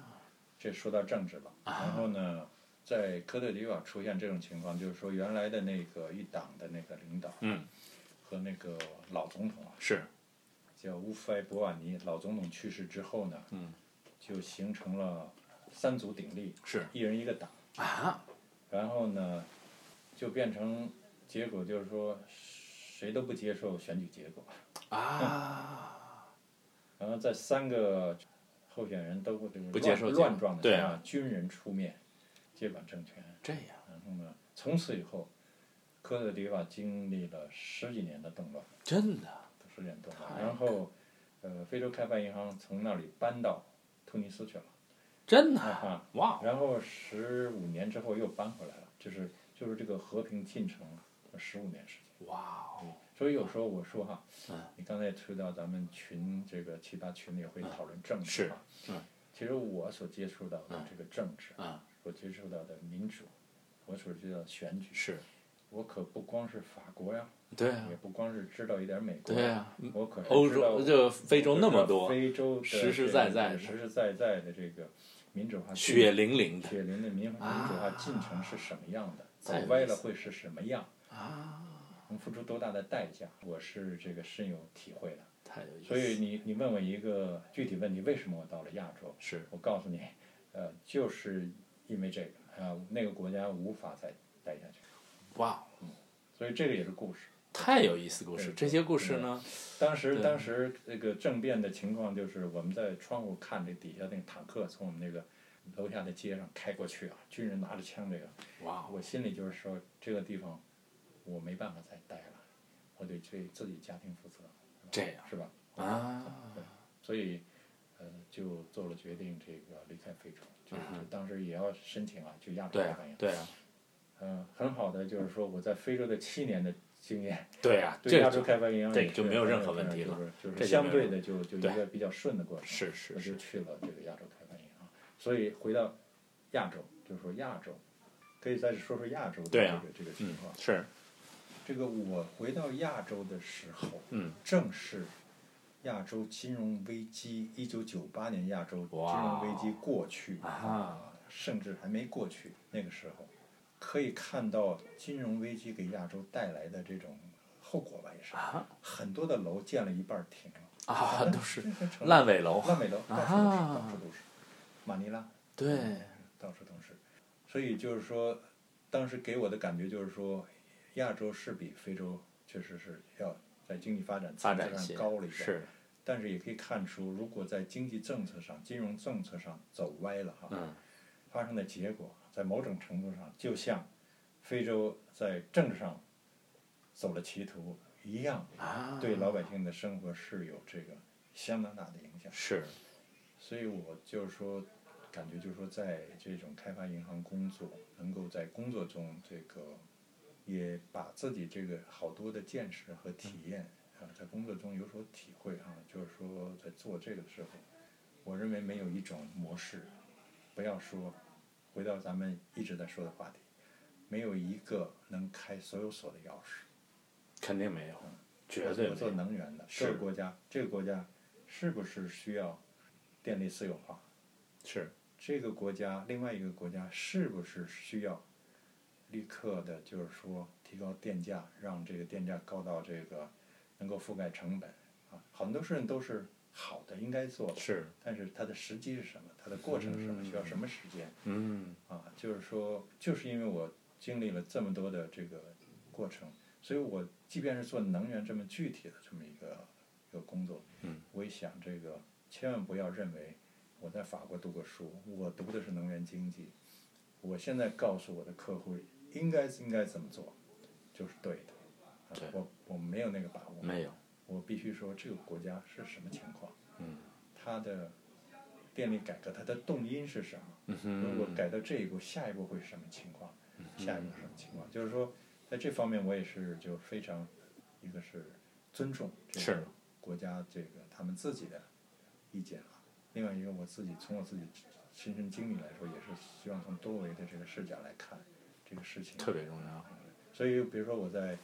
[SPEAKER 1] 这说到政治了。然后呢，在科特迪瓦出现这种情况，就是说原来的那个一党的那个领导，
[SPEAKER 2] 嗯，
[SPEAKER 1] 和那个老总统啊，
[SPEAKER 2] 是
[SPEAKER 1] 叫乌菲博瓦尼，老总统去世之后呢，
[SPEAKER 2] 嗯，
[SPEAKER 1] 就形成了三足鼎立，
[SPEAKER 2] 是
[SPEAKER 1] 一人一个党。
[SPEAKER 2] 啊，
[SPEAKER 1] 然后呢，就变成结果就是说，谁都不接受选举结果。
[SPEAKER 2] 啊，
[SPEAKER 1] 然后在三个候选人都不就是
[SPEAKER 2] 不接受
[SPEAKER 1] 乱
[SPEAKER 2] 结果
[SPEAKER 1] 乱状的
[SPEAKER 2] 对
[SPEAKER 1] 下，
[SPEAKER 2] 啊
[SPEAKER 1] 军人出面接管政权。
[SPEAKER 2] 这样
[SPEAKER 1] 然后呢，从此以后，科特迪瓦经历了十几年的动乱，
[SPEAKER 2] 真的
[SPEAKER 1] 十几年动
[SPEAKER 2] 太
[SPEAKER 1] 乱。然后，呃，非洲开发银行从那里搬到突尼斯去了。
[SPEAKER 2] 真的
[SPEAKER 1] 啊哈
[SPEAKER 2] 哇，哦
[SPEAKER 1] 然后十五年之后又搬回来了，就是就是这个和平进程十五年时间。
[SPEAKER 2] 哇哦，
[SPEAKER 1] 所以有时候我说哈，
[SPEAKER 2] 嗯
[SPEAKER 1] 你刚才提到咱们群这个其他群里会讨论政治
[SPEAKER 2] 啊是
[SPEAKER 1] 哈，
[SPEAKER 2] 嗯啊
[SPEAKER 1] 其实我所接触到的这个政治，
[SPEAKER 2] 嗯
[SPEAKER 1] 我接触到的民主，我所知道的选举，
[SPEAKER 2] 是，
[SPEAKER 1] 我可不光是法国呀，
[SPEAKER 2] 对啊
[SPEAKER 1] 也不光是知道一点美国，
[SPEAKER 2] 对啊，嗯
[SPEAKER 1] 嗯我可是
[SPEAKER 2] 欧
[SPEAKER 1] 知道
[SPEAKER 2] 洲这非洲那么多，
[SPEAKER 1] 啊非洲的
[SPEAKER 2] 实实
[SPEAKER 1] 这
[SPEAKER 2] 在
[SPEAKER 1] 个
[SPEAKER 2] 在的
[SPEAKER 1] 实实在在的这个民主化进程
[SPEAKER 2] 血淋淋啊的
[SPEAKER 1] 铁林的民民主化进程是什么样的，走歪了会是什么样，
[SPEAKER 2] 啊，
[SPEAKER 1] 能付出多大的代价，我是这个深有体会的。
[SPEAKER 2] 太有意思，
[SPEAKER 1] 所以你你问我一个具体问题，为什么我到了亚洲？
[SPEAKER 2] 是
[SPEAKER 1] 我告诉你，呃，就是因为这个啊、那个国家无法再待下去，
[SPEAKER 2] 哇，哦
[SPEAKER 1] 所以这个也是故事。
[SPEAKER 2] 太有意思故事，
[SPEAKER 1] 对嗯
[SPEAKER 2] 这些故事呢，
[SPEAKER 1] 当时
[SPEAKER 2] 对
[SPEAKER 1] 当时那个政变的情况就是我们在窗户看这底下那个坦克从我们那个楼下的街上开过去啊，军人拿着枪这个。
[SPEAKER 2] 哇，哦
[SPEAKER 1] 我心里就是说，这个地方我没办法再待了，我得对自己家庭负责，
[SPEAKER 2] 这样
[SPEAKER 1] 是吧？
[SPEAKER 2] 啊，
[SPEAKER 1] 所以，呃，就做了决定，这个离开非洲，就是
[SPEAKER 2] 嗯哼
[SPEAKER 1] 当时也要申请啊，去亚洲
[SPEAKER 2] 对
[SPEAKER 1] 发
[SPEAKER 2] 啊
[SPEAKER 1] 展。
[SPEAKER 2] 对啊
[SPEAKER 1] 嗯、很好的就是说我在非洲的七年的经验，
[SPEAKER 2] 对啊，
[SPEAKER 1] 对
[SPEAKER 2] 这
[SPEAKER 1] 亚
[SPEAKER 2] 个
[SPEAKER 1] 洲
[SPEAKER 2] 就
[SPEAKER 1] 开发银行
[SPEAKER 2] 这
[SPEAKER 1] 也
[SPEAKER 2] 个就是没有
[SPEAKER 1] 很
[SPEAKER 2] 任何问
[SPEAKER 1] 影
[SPEAKER 2] 题
[SPEAKER 1] 响
[SPEAKER 2] 了
[SPEAKER 1] 就是就
[SPEAKER 2] 这
[SPEAKER 1] 是
[SPEAKER 2] 就
[SPEAKER 1] 相
[SPEAKER 2] 没有
[SPEAKER 1] 对
[SPEAKER 2] 任
[SPEAKER 1] 的就就一
[SPEAKER 2] 对
[SPEAKER 1] 个比较顺的过程，
[SPEAKER 2] 是是，
[SPEAKER 1] 我就是去了这个亚洲开发银行。所以回到亚洲，就是说亚洲，可以再说说亚洲的这
[SPEAKER 2] 对
[SPEAKER 1] 个、
[SPEAKER 2] 啊
[SPEAKER 1] 这个情
[SPEAKER 2] 嗯
[SPEAKER 1] 况。
[SPEAKER 2] 是，
[SPEAKER 1] 这个我回到亚洲的时候，
[SPEAKER 2] 嗯，
[SPEAKER 1] 正是亚洲金融危机，一九九八年亚洲金融危机过去
[SPEAKER 2] 哇哦啊
[SPEAKER 1] 甚至还没过去，那个时候可以看到金融危机给亚洲带来的这种后果吧，也是
[SPEAKER 2] 啊
[SPEAKER 1] 很多的楼建了一半儿停了，
[SPEAKER 2] 啊，
[SPEAKER 1] 那
[SPEAKER 2] 都是
[SPEAKER 1] 这这成了
[SPEAKER 2] 烂尾楼，
[SPEAKER 1] 烂尾楼，到处都是，
[SPEAKER 2] 啊
[SPEAKER 1] 到处都是，马尼拉
[SPEAKER 2] 对，
[SPEAKER 1] 到处都是，所以就是说，当时给我的感觉就是说，亚洲是比非洲确实是要在经济发展
[SPEAKER 2] 发
[SPEAKER 1] 层
[SPEAKER 2] 展
[SPEAKER 1] 次
[SPEAKER 2] 一些
[SPEAKER 1] 上高了一点，
[SPEAKER 2] 是，
[SPEAKER 1] 但是也可以看出，如果在经济政策上、金融政策上走歪了哈，
[SPEAKER 2] 嗯
[SPEAKER 1] 发生的结果，在某种程度上就像非洲在政治上走了歧途一样，
[SPEAKER 2] 啊，
[SPEAKER 1] 对老百姓的生活是有这个相当大的影响。
[SPEAKER 2] 是
[SPEAKER 1] 所以我就是说，感觉就是说，在这种开发银行工作，能够在工作中这个，也把自己这个好多的见识和体
[SPEAKER 2] 嗯
[SPEAKER 1] 验啊，在工作中有所体会啊，就是说在做这个的时候，我认为没有一种模式，不要说，回到咱们一直在说的话题，没有一个能开所有锁的钥匙。
[SPEAKER 2] 肯定没有，绝
[SPEAKER 1] 我嗯
[SPEAKER 2] 对
[SPEAKER 1] 我
[SPEAKER 2] 没
[SPEAKER 1] 做
[SPEAKER 2] 有，
[SPEAKER 1] 能源的，
[SPEAKER 2] 是
[SPEAKER 1] 这个国家，这个国家是不是需要电力私有化？
[SPEAKER 2] 是
[SPEAKER 1] 这个国家另外一个国家是不是需要立刻的，就是说提高电价，让这个电价高到这个能够覆盖成本啊？很多事情都是好的，应该做的，
[SPEAKER 2] 是，
[SPEAKER 1] 但是它的时机是什么？它的过程是什么？需要什么时间
[SPEAKER 2] 嗯
[SPEAKER 1] 啊？就是说，就是因为我经历了这么多的这个过程，所以我即便是做能源这么具体的这么一个一个工作，
[SPEAKER 2] 嗯，
[SPEAKER 1] 我一想这个千万不要认为我在法国读过书，我读的是能源经济，我现在告诉我的客户应该应该怎么做，就是对的。啊
[SPEAKER 2] 对
[SPEAKER 1] 我我没有那个把握，
[SPEAKER 2] 没有，
[SPEAKER 1] 我必须说这个国家是什么情况，
[SPEAKER 2] 嗯
[SPEAKER 1] 它的电力改革它的动因是什么。
[SPEAKER 2] 嗯
[SPEAKER 1] 如果
[SPEAKER 2] 哼，嗯
[SPEAKER 1] 改到这一步，下一步会是什么情况？下一步是什么情况？就是说，在这方面我也是就非常，一个是尊重这个
[SPEAKER 2] 是
[SPEAKER 1] 国家这个他们自己的意见啊，另外一个我自己从我自己亲身经历来说，也是希望从多维的这个视角来看这个事情。
[SPEAKER 2] 特别重要，
[SPEAKER 1] 所以比如说我在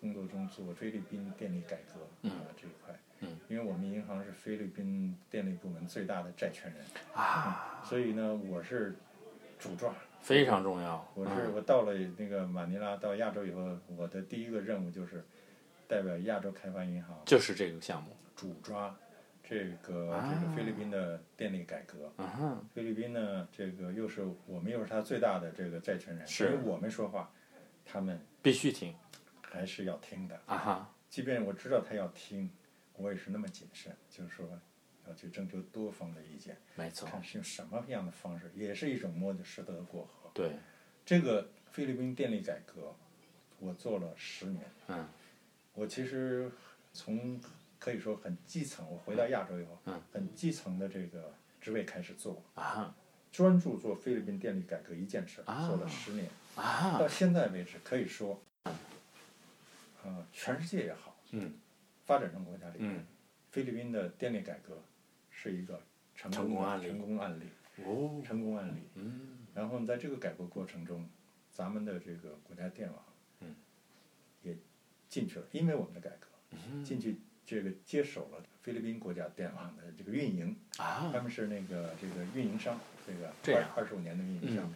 [SPEAKER 1] 工作中做菲律宾电力改革
[SPEAKER 2] 嗯
[SPEAKER 1] 啊这一块，
[SPEAKER 2] 嗯，
[SPEAKER 1] 因为我们银行是菲律宾电力部门最大的债权人，嗯
[SPEAKER 2] 啊，
[SPEAKER 1] 所以呢，我是主抓，
[SPEAKER 2] 非常重要。嗯
[SPEAKER 1] 我是我到了那个马尼拉到亚洲以后，我的第一个任务就是代表亚洲开发银行
[SPEAKER 2] 就是这个项目。
[SPEAKER 1] 主抓这个
[SPEAKER 2] 啊
[SPEAKER 1] 这个菲律宾的电力改革。
[SPEAKER 2] 嗯哼，
[SPEAKER 1] 菲律宾呢，这个又是我们又是他最大的这个债权人，
[SPEAKER 2] 是
[SPEAKER 1] 所以我们说话，他们
[SPEAKER 2] 必须听
[SPEAKER 1] 还是要听的。
[SPEAKER 2] 啊哈，
[SPEAKER 1] 即便我知道他要听，我也是那么谨慎，就是说要去征求多方的意见，
[SPEAKER 2] 没错，
[SPEAKER 1] 看是用什么样的方式，也是一种摸着石头过河。
[SPEAKER 2] 对，
[SPEAKER 1] 这个菲律宾电力改革，我做了十年。
[SPEAKER 2] 嗯
[SPEAKER 1] 我其实从可以说很基层，我回到亚洲以后，
[SPEAKER 2] 嗯
[SPEAKER 1] 很基层的这个职位开始做，
[SPEAKER 2] 啊哈
[SPEAKER 1] 专注做菲律宾电力改革一件事，
[SPEAKER 2] 啊
[SPEAKER 1] 做了十年，
[SPEAKER 2] 啊哈，
[SPEAKER 1] 到现在为止可以说，呃，全世界也好，
[SPEAKER 2] 嗯
[SPEAKER 1] 发展中国家里面，
[SPEAKER 2] 嗯，
[SPEAKER 1] 菲律宾的电力改革是一个成
[SPEAKER 2] 成功
[SPEAKER 1] 功
[SPEAKER 2] 案例
[SPEAKER 1] 成功案例，
[SPEAKER 2] 哦，
[SPEAKER 1] 成功案例。
[SPEAKER 2] 嗯
[SPEAKER 1] 然后呢在这个改革过程中，咱们的这个国家电网，
[SPEAKER 2] 嗯，
[SPEAKER 1] 也进去了，因为我们的改革，
[SPEAKER 2] 嗯
[SPEAKER 1] 进去这个接手了菲律宾国家电网的这个运营，他
[SPEAKER 2] 啊，
[SPEAKER 1] 们是那个这个运营商，这
[SPEAKER 2] 这
[SPEAKER 1] 个
[SPEAKER 2] 样
[SPEAKER 1] 二二十五年的运营商
[SPEAKER 2] 嗯，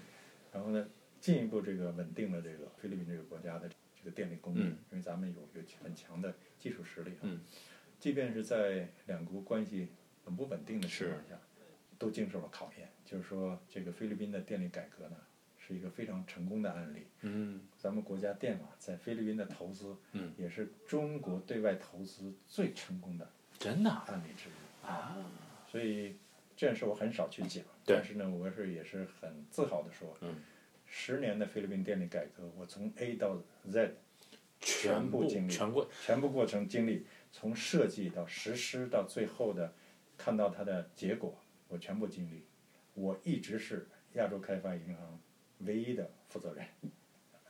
[SPEAKER 1] 然后呢，进一步这个稳定了这个菲律宾这个国家的这个电力供应，
[SPEAKER 2] 嗯
[SPEAKER 1] 因为咱们有有很强的技术实力啊。
[SPEAKER 2] 嗯
[SPEAKER 1] 即便是在两国关系很不稳定的情况下，都经受了考验。就是说，这个菲律宾的电力改革呢，是一个非常成功的案例。
[SPEAKER 2] 嗯
[SPEAKER 1] 咱们国家电网在菲律宾的投资，
[SPEAKER 2] 嗯，
[SPEAKER 1] 也是中国对外投资最成功的
[SPEAKER 2] 真的啊
[SPEAKER 1] 案例之一。
[SPEAKER 2] 啊，
[SPEAKER 1] 所以这件事我很少去讲，
[SPEAKER 2] 对
[SPEAKER 1] 但是呢，我是也是很自豪的说，
[SPEAKER 2] 嗯，
[SPEAKER 1] 十年的菲律宾电力改革，我从 A 到 Z
[SPEAKER 2] 全部
[SPEAKER 1] 经历
[SPEAKER 2] 全过
[SPEAKER 1] 全部过程经历，从设计到实施到最后的看到它的结果，我全部经历。我一直是亚洲开发银行唯一的负责人，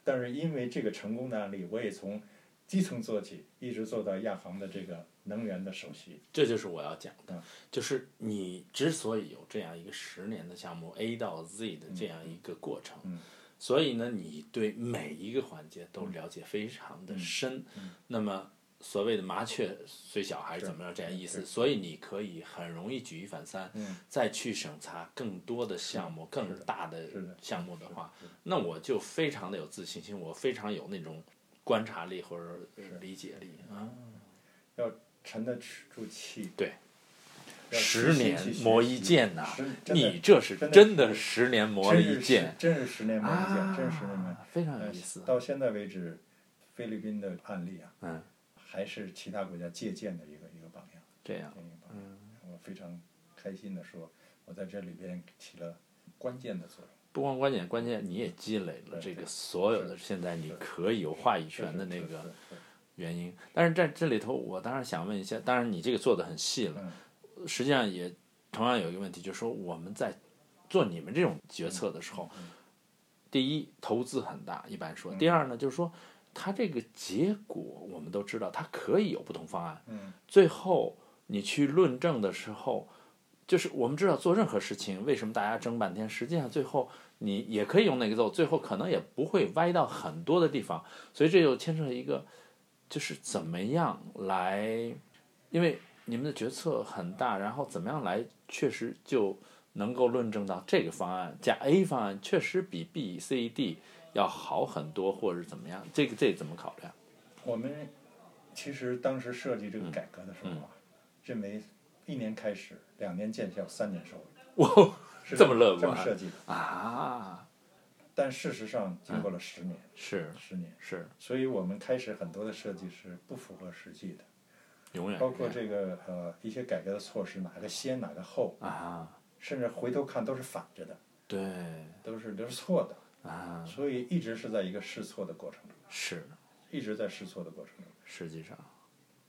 [SPEAKER 1] 但是因为这个成功的案例，我也从基层做起，一直做到亚航的这个能源的首席。
[SPEAKER 2] 这就是我要讲的
[SPEAKER 1] 嗯，
[SPEAKER 2] 就是你之所以有这样一个十年的项目 A 到 Z 的这样一个过程，
[SPEAKER 1] 嗯
[SPEAKER 2] 所以呢，你对每一个环节都了解非常
[SPEAKER 1] 嗯
[SPEAKER 2] 的深。那么所谓的麻雀虽小还是怎么样这样意思，
[SPEAKER 1] 是
[SPEAKER 2] 所以你可以很容易举一反三，
[SPEAKER 1] 嗯
[SPEAKER 2] 再去审查更多的项目、更大的
[SPEAKER 1] 是的
[SPEAKER 2] 项目的话，那我就非常的有自信心，我非常有那种观察力或者理解力啊。
[SPEAKER 1] 沉得住气。
[SPEAKER 2] 对，
[SPEAKER 1] 要
[SPEAKER 2] 十
[SPEAKER 1] 虚
[SPEAKER 2] 年
[SPEAKER 1] 心去学
[SPEAKER 2] 磨一
[SPEAKER 1] 习
[SPEAKER 2] 剑呐、
[SPEAKER 1] 十真的
[SPEAKER 2] 你这是
[SPEAKER 1] 真的
[SPEAKER 2] 真的十年磨
[SPEAKER 1] 真是
[SPEAKER 2] 一剑，
[SPEAKER 1] 真是十年磨一剑，
[SPEAKER 2] 啊
[SPEAKER 1] 真是十年磨一剑。
[SPEAKER 2] 非常有
[SPEAKER 1] 呃
[SPEAKER 2] 意思。
[SPEAKER 1] 到现在为止，菲律宾的案例啊，
[SPEAKER 2] 嗯，
[SPEAKER 1] 还是其他国家借鉴的一个一个榜样，
[SPEAKER 2] 这样
[SPEAKER 1] 一，个榜样。
[SPEAKER 2] 嗯
[SPEAKER 1] 我非常开心的说，我在这里边起了关键的作用。
[SPEAKER 2] 不光关键，关键你也积累了
[SPEAKER 1] 对
[SPEAKER 2] 这个
[SPEAKER 1] 对
[SPEAKER 2] 所有的
[SPEAKER 1] 是
[SPEAKER 2] 现在你
[SPEAKER 1] 是
[SPEAKER 2] 可以有话语权的那个原因。但是在这里头，我当然想问一下，当然你这个做的很细了，
[SPEAKER 1] 嗯
[SPEAKER 2] 实际上也同样有一个问题，就是说我们在做你们这种决策的时候，
[SPEAKER 1] 嗯
[SPEAKER 2] 第一投资很大，一般说；第二呢，就是说它这个结果我们都知道，它可以有不同方案。
[SPEAKER 1] 嗯
[SPEAKER 2] 最后你去论证的时候，就是我们知道做任何事情，为什么大家争半天？实际上最后你也可以用那个奏，最后可能也不会歪到很多的地方。所以这就牵扯一个，就是怎么样来，因为你们的决策很大，然后怎么样来，确实就能够论证到这个方案加 A 方案确实比 B、C、D 要好很多，或者是怎么样？这个这个怎么考量？
[SPEAKER 1] 我们其实当时设计这
[SPEAKER 2] 嗯
[SPEAKER 1] 个改革的时候啊，认为一年开始，两年见效，三年收益，
[SPEAKER 2] 哇，
[SPEAKER 1] 是
[SPEAKER 2] 这么乐
[SPEAKER 1] 这么
[SPEAKER 2] 观
[SPEAKER 1] 设计的。
[SPEAKER 2] 啊，
[SPEAKER 1] 但事实上，
[SPEAKER 2] 嗯
[SPEAKER 1] 经过了十年，
[SPEAKER 2] 是
[SPEAKER 1] 十年。
[SPEAKER 2] 是，
[SPEAKER 1] 所以我们开始很多的设计是不符合实际的，
[SPEAKER 2] 永远
[SPEAKER 1] 包括
[SPEAKER 2] 样
[SPEAKER 1] 这个呃一些改革的措施，哪个先哪个后，
[SPEAKER 2] 啊，
[SPEAKER 1] 甚至回头看都是反着的，
[SPEAKER 2] 对
[SPEAKER 1] 都是都是错的，
[SPEAKER 2] 啊，
[SPEAKER 1] 所以一直是在一个试错的过程中，
[SPEAKER 2] 是
[SPEAKER 1] 一直在试错的过程中，
[SPEAKER 2] 实际上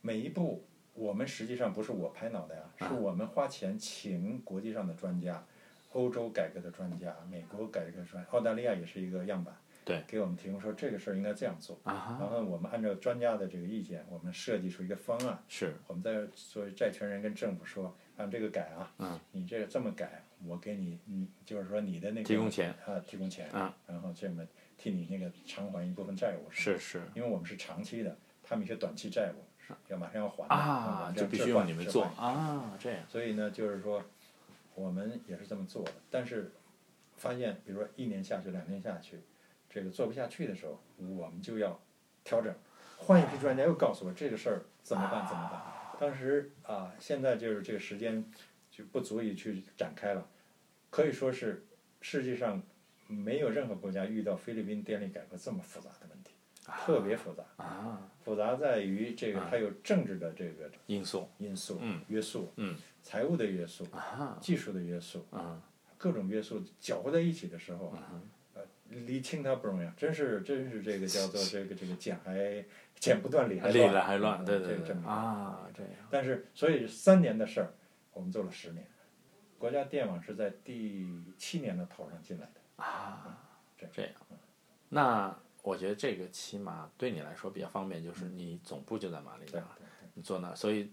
[SPEAKER 1] 每一步我们实际上不是我拍脑袋啊，是我们花钱请国际上的专家，欧洲改革的专家，美国改革专，澳大利亚也是一个样板，
[SPEAKER 2] 对
[SPEAKER 1] 给我们提供说这个事儿应该这样做，
[SPEAKER 2] 啊哈
[SPEAKER 1] 然后我们按照专家的这个意见，我们设计出一个方案。
[SPEAKER 2] 是
[SPEAKER 1] 我们在作为债权人跟政府说，按这个改啊，
[SPEAKER 2] 嗯
[SPEAKER 1] 你这个这么改，我给你，你就是说你的那个
[SPEAKER 2] 提供钱
[SPEAKER 1] 啊，提供钱
[SPEAKER 2] 啊，
[SPEAKER 1] 然后这么替你那个偿还一部分债务，
[SPEAKER 2] 是是
[SPEAKER 1] 嗯因为我们是长期的，他们一些短期债务是要马上要还的
[SPEAKER 2] 啊，
[SPEAKER 1] 这
[SPEAKER 2] 就必须要你们做
[SPEAKER 1] 啊。
[SPEAKER 2] 啊，这样，
[SPEAKER 1] 所以呢，就是说我们也是这么做的，但是发现，比如说一年下去、两年下去，这个做不下去的时候，我们就要调整，换一批专家又告诉我这个事儿怎么
[SPEAKER 2] 啊
[SPEAKER 1] 办，怎么办。当时啊，现在就是这个时间就不足以去展开了，可以说是世界上没有任何国家遇到菲律宾电力改革这么复杂的问题，特别复杂。
[SPEAKER 2] 啊，
[SPEAKER 1] 复杂在于这个它有政治的这个
[SPEAKER 2] 因素
[SPEAKER 1] 因素、
[SPEAKER 2] 嗯
[SPEAKER 1] 约束、
[SPEAKER 2] 嗯
[SPEAKER 1] 财务的约束、
[SPEAKER 2] 啊，
[SPEAKER 1] 技术的约束，
[SPEAKER 2] 嗯
[SPEAKER 1] 各种约束搅和在一起的时候，呃，理清它不容易，啊真是真是这个叫做这个这个剪还剪不断理还
[SPEAKER 2] 理
[SPEAKER 1] 乱，
[SPEAKER 2] 了还乱，
[SPEAKER 1] 嗯
[SPEAKER 2] 对
[SPEAKER 1] 这
[SPEAKER 2] 对
[SPEAKER 1] 个
[SPEAKER 2] 对
[SPEAKER 1] 真，没办法
[SPEAKER 2] 啊，这样，
[SPEAKER 1] 但是所以三年的事儿，我们做了十年，国家电网是在第七年的头上进来的。
[SPEAKER 2] 那我觉得这个起码对你来说比较方便，就是你总部就在马里
[SPEAKER 1] 嗯对
[SPEAKER 2] 达，你坐那儿，所以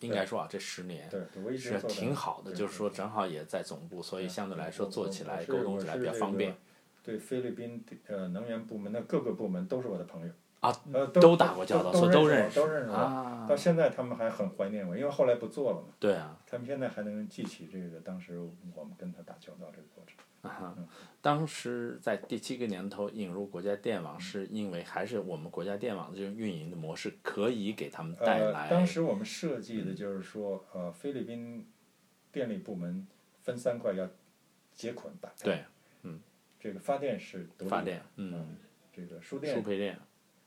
[SPEAKER 2] 应该说啊，这十年
[SPEAKER 1] 对对，我一直
[SPEAKER 2] 是
[SPEAKER 1] 做的
[SPEAKER 2] 挺好的，
[SPEAKER 1] 对
[SPEAKER 2] 就是说
[SPEAKER 1] 对
[SPEAKER 2] 正好也在总部，所以相对来说
[SPEAKER 1] 我
[SPEAKER 2] 做
[SPEAKER 1] 我
[SPEAKER 2] 起
[SPEAKER 1] 我
[SPEAKER 2] 来
[SPEAKER 1] 是
[SPEAKER 2] 沟通
[SPEAKER 1] 我
[SPEAKER 2] 起来
[SPEAKER 1] 是
[SPEAKER 2] 比较
[SPEAKER 1] 这
[SPEAKER 2] 方
[SPEAKER 1] 个
[SPEAKER 2] 便
[SPEAKER 1] 对菲律宾呃能源部门的各个部门都是我的朋友，
[SPEAKER 2] 啊，
[SPEAKER 1] 呃，
[SPEAKER 2] 都
[SPEAKER 1] 都
[SPEAKER 2] 打过交道所以
[SPEAKER 1] 都
[SPEAKER 2] 都认
[SPEAKER 1] 认
[SPEAKER 2] 识
[SPEAKER 1] 识我，都认识我。
[SPEAKER 2] 啊
[SPEAKER 1] 到，现在他们还很怀念我，因为后来不做了嘛。
[SPEAKER 2] 对啊，
[SPEAKER 1] 他们现在还能记起这个当时我们跟他打交道这个过程。
[SPEAKER 2] 啊哈，当时在第七个年头引入国家电网，是因为还是我们国家电网的这种运营的模式可以给他们带来
[SPEAKER 1] 呃，当时我们设计的就是说，呃，菲律宾电力部门分三块要结捆打开。
[SPEAKER 2] 对，嗯
[SPEAKER 1] 这个发电是独立的
[SPEAKER 2] 发，电，嗯，
[SPEAKER 1] 这个输
[SPEAKER 2] 输
[SPEAKER 1] 电
[SPEAKER 2] 配电，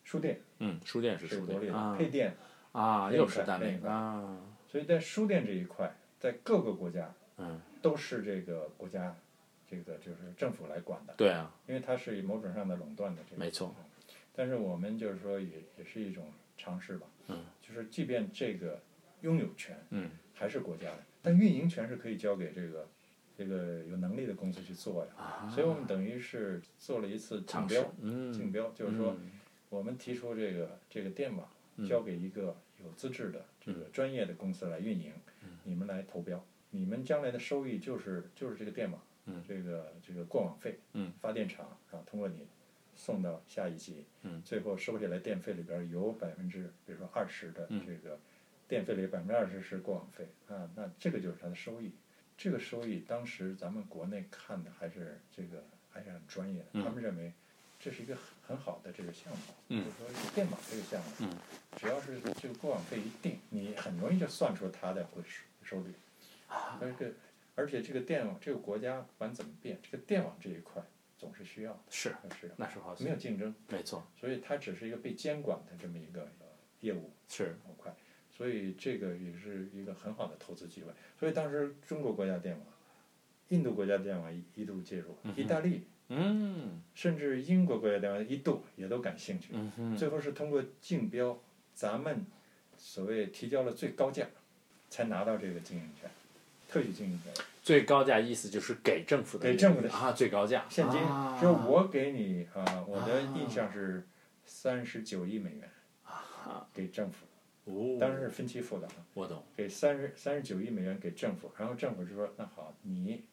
[SPEAKER 1] 输电
[SPEAKER 2] 嗯，输电是
[SPEAKER 1] 是
[SPEAKER 2] 输
[SPEAKER 1] 独立
[SPEAKER 2] 电
[SPEAKER 1] 的，
[SPEAKER 2] 啊
[SPEAKER 1] 配电，
[SPEAKER 2] 啊，
[SPEAKER 1] 另一
[SPEAKER 2] 又是
[SPEAKER 1] 块
[SPEAKER 2] 单
[SPEAKER 1] 另
[SPEAKER 2] 位
[SPEAKER 1] 一块
[SPEAKER 2] 啊，
[SPEAKER 1] 所以在输电这一块，在各个国家，
[SPEAKER 2] 嗯，
[SPEAKER 1] 都是这个国家，这个就是政府来管的，
[SPEAKER 2] 对啊，
[SPEAKER 1] 因为它是某种上的垄断的这个。
[SPEAKER 2] 没错，
[SPEAKER 1] 但是我们就是说也也是一种尝试吧，
[SPEAKER 2] 嗯，
[SPEAKER 1] 就是即便这个拥有权
[SPEAKER 2] 嗯，
[SPEAKER 1] 还是国家的，但运营权是可以交给这个这个有能力的公司去做呀。所以我们等于是做了一次竞
[SPEAKER 2] 啊尝试
[SPEAKER 1] 标，，竞
[SPEAKER 2] 嗯，
[SPEAKER 1] 标就是说我们提出这个这个电网交给一个有资质的这个专业的公司来运营，你们来投标，你们将来的收益就是就是这个电网，这个这个过网费，
[SPEAKER 2] 嗯
[SPEAKER 1] 发电厂啊通过你送到下一级，最后收下来电费里边有百分之比如说二十的这个电费里百分之二十是过网费啊，那这个就是它的收益。这个收益当时咱们国内看的还是这个还是很专业的，他们认为这是一个很很好的这个项目，
[SPEAKER 2] 嗯
[SPEAKER 1] 就是说这个电脑这个项目，只要是这个过往费一定，你很容易就算出它的回收率。而这个而且这个电网这个国家不管怎么变，这个电网这一块总是需要的，
[SPEAKER 2] 是，
[SPEAKER 1] 它是
[SPEAKER 2] 那是好，
[SPEAKER 1] 没有竞争，
[SPEAKER 2] 没错，
[SPEAKER 1] 所以它只是一个被监管的这么一个呃业务
[SPEAKER 2] 是，
[SPEAKER 1] 模块，所以这个也是一个很好的投资机会。所以当时中国国家电网、印度国家电网一一度介入，意大利
[SPEAKER 2] 嗯，
[SPEAKER 1] 甚至英国国家电网一度也都感兴趣，
[SPEAKER 2] 嗯哼，
[SPEAKER 1] 最后是通过竞标，咱们所谓提交了最高价，才拿到这个经营权，特许经营权，
[SPEAKER 2] 最高价意思就是给政府的那个，
[SPEAKER 1] 给政府的
[SPEAKER 2] 啊，最高价，
[SPEAKER 1] 现金。
[SPEAKER 2] 啊
[SPEAKER 1] 说我给你啊、我的印象是三十九亿美元
[SPEAKER 2] 啊，
[SPEAKER 1] 给政府，
[SPEAKER 2] 哦
[SPEAKER 1] 当然是分期付的啊。
[SPEAKER 2] 我懂，
[SPEAKER 1] 给三十三十九亿美元给政府，然后政府就说那好，你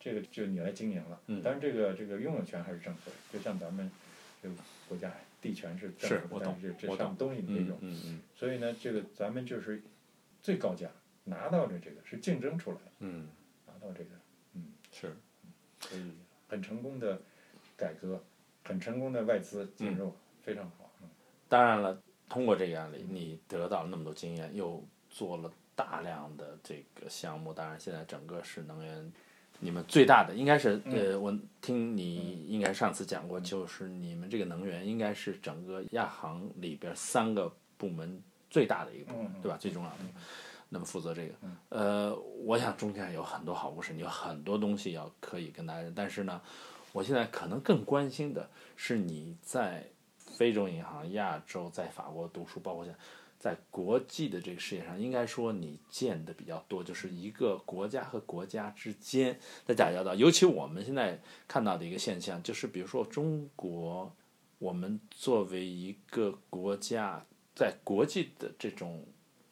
[SPEAKER 1] 这个就你来经营了。
[SPEAKER 2] 嗯
[SPEAKER 1] 当然这个这个拥有权还是政府的，就像咱们这个国家地权是政
[SPEAKER 2] 是
[SPEAKER 1] 府
[SPEAKER 2] 我
[SPEAKER 1] 的，但
[SPEAKER 2] 懂
[SPEAKER 1] 是这
[SPEAKER 2] 我
[SPEAKER 1] 这上
[SPEAKER 2] 懂
[SPEAKER 1] 东西你没
[SPEAKER 2] 嗯
[SPEAKER 1] 用。
[SPEAKER 2] 嗯嗯
[SPEAKER 1] 所以呢，这个咱们就是最高价拿到的这个是竞争出来的，
[SPEAKER 2] 嗯，
[SPEAKER 1] 拿到这个，嗯，
[SPEAKER 2] 是。
[SPEAKER 1] 所
[SPEAKER 2] 嗯
[SPEAKER 1] 以很成功的改革，很成功的外资
[SPEAKER 2] 嗯
[SPEAKER 1] 进入，非常好。嗯
[SPEAKER 2] 当然了，通过这个案例，你得到了那么多经验，又做了大量的这个项目。当然，现在整个是能源，你们最大的应该是、呃，我听你应该上次讲过，就是你们这个能源应该是整个亚行里边三个部门最大的一个部
[SPEAKER 1] 嗯
[SPEAKER 2] 门，嗯对吧？最重要的。那么负责这个，呃，我想中间有很多好故事，你有很多东西要可以跟大家，但是呢，我现在可能更关心的是你在非洲银行、亚洲在法国读书，包括现在在国际的这个事业上，应该说你见的比较多，就是一个国家和国家之间在打交道。尤其我们现在看到的一个现象，就是比如说中国，我们作为一个国家，在国际的这种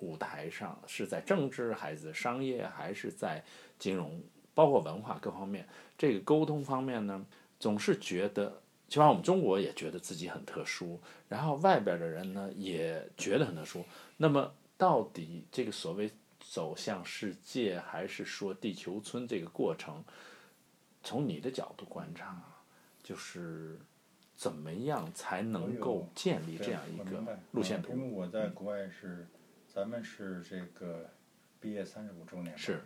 [SPEAKER 2] 舞台上，是在政治还是商业，还是在金融，包括文化各方面，这个沟通方面呢，总是觉得起码我们中国也觉得自己很特殊，然后外边的人呢也觉得很特殊。那么到底这个所谓走向世界，还是说地球村这个过程，从你的角度观察，就是怎么样才能够建立
[SPEAKER 1] 对
[SPEAKER 2] 这样一
[SPEAKER 1] 我
[SPEAKER 2] 个
[SPEAKER 1] 明白
[SPEAKER 2] 路线
[SPEAKER 1] 嗯
[SPEAKER 2] 图？
[SPEAKER 1] 因为我在国外是，咱们是这个毕业三十五周年嘛，
[SPEAKER 2] 是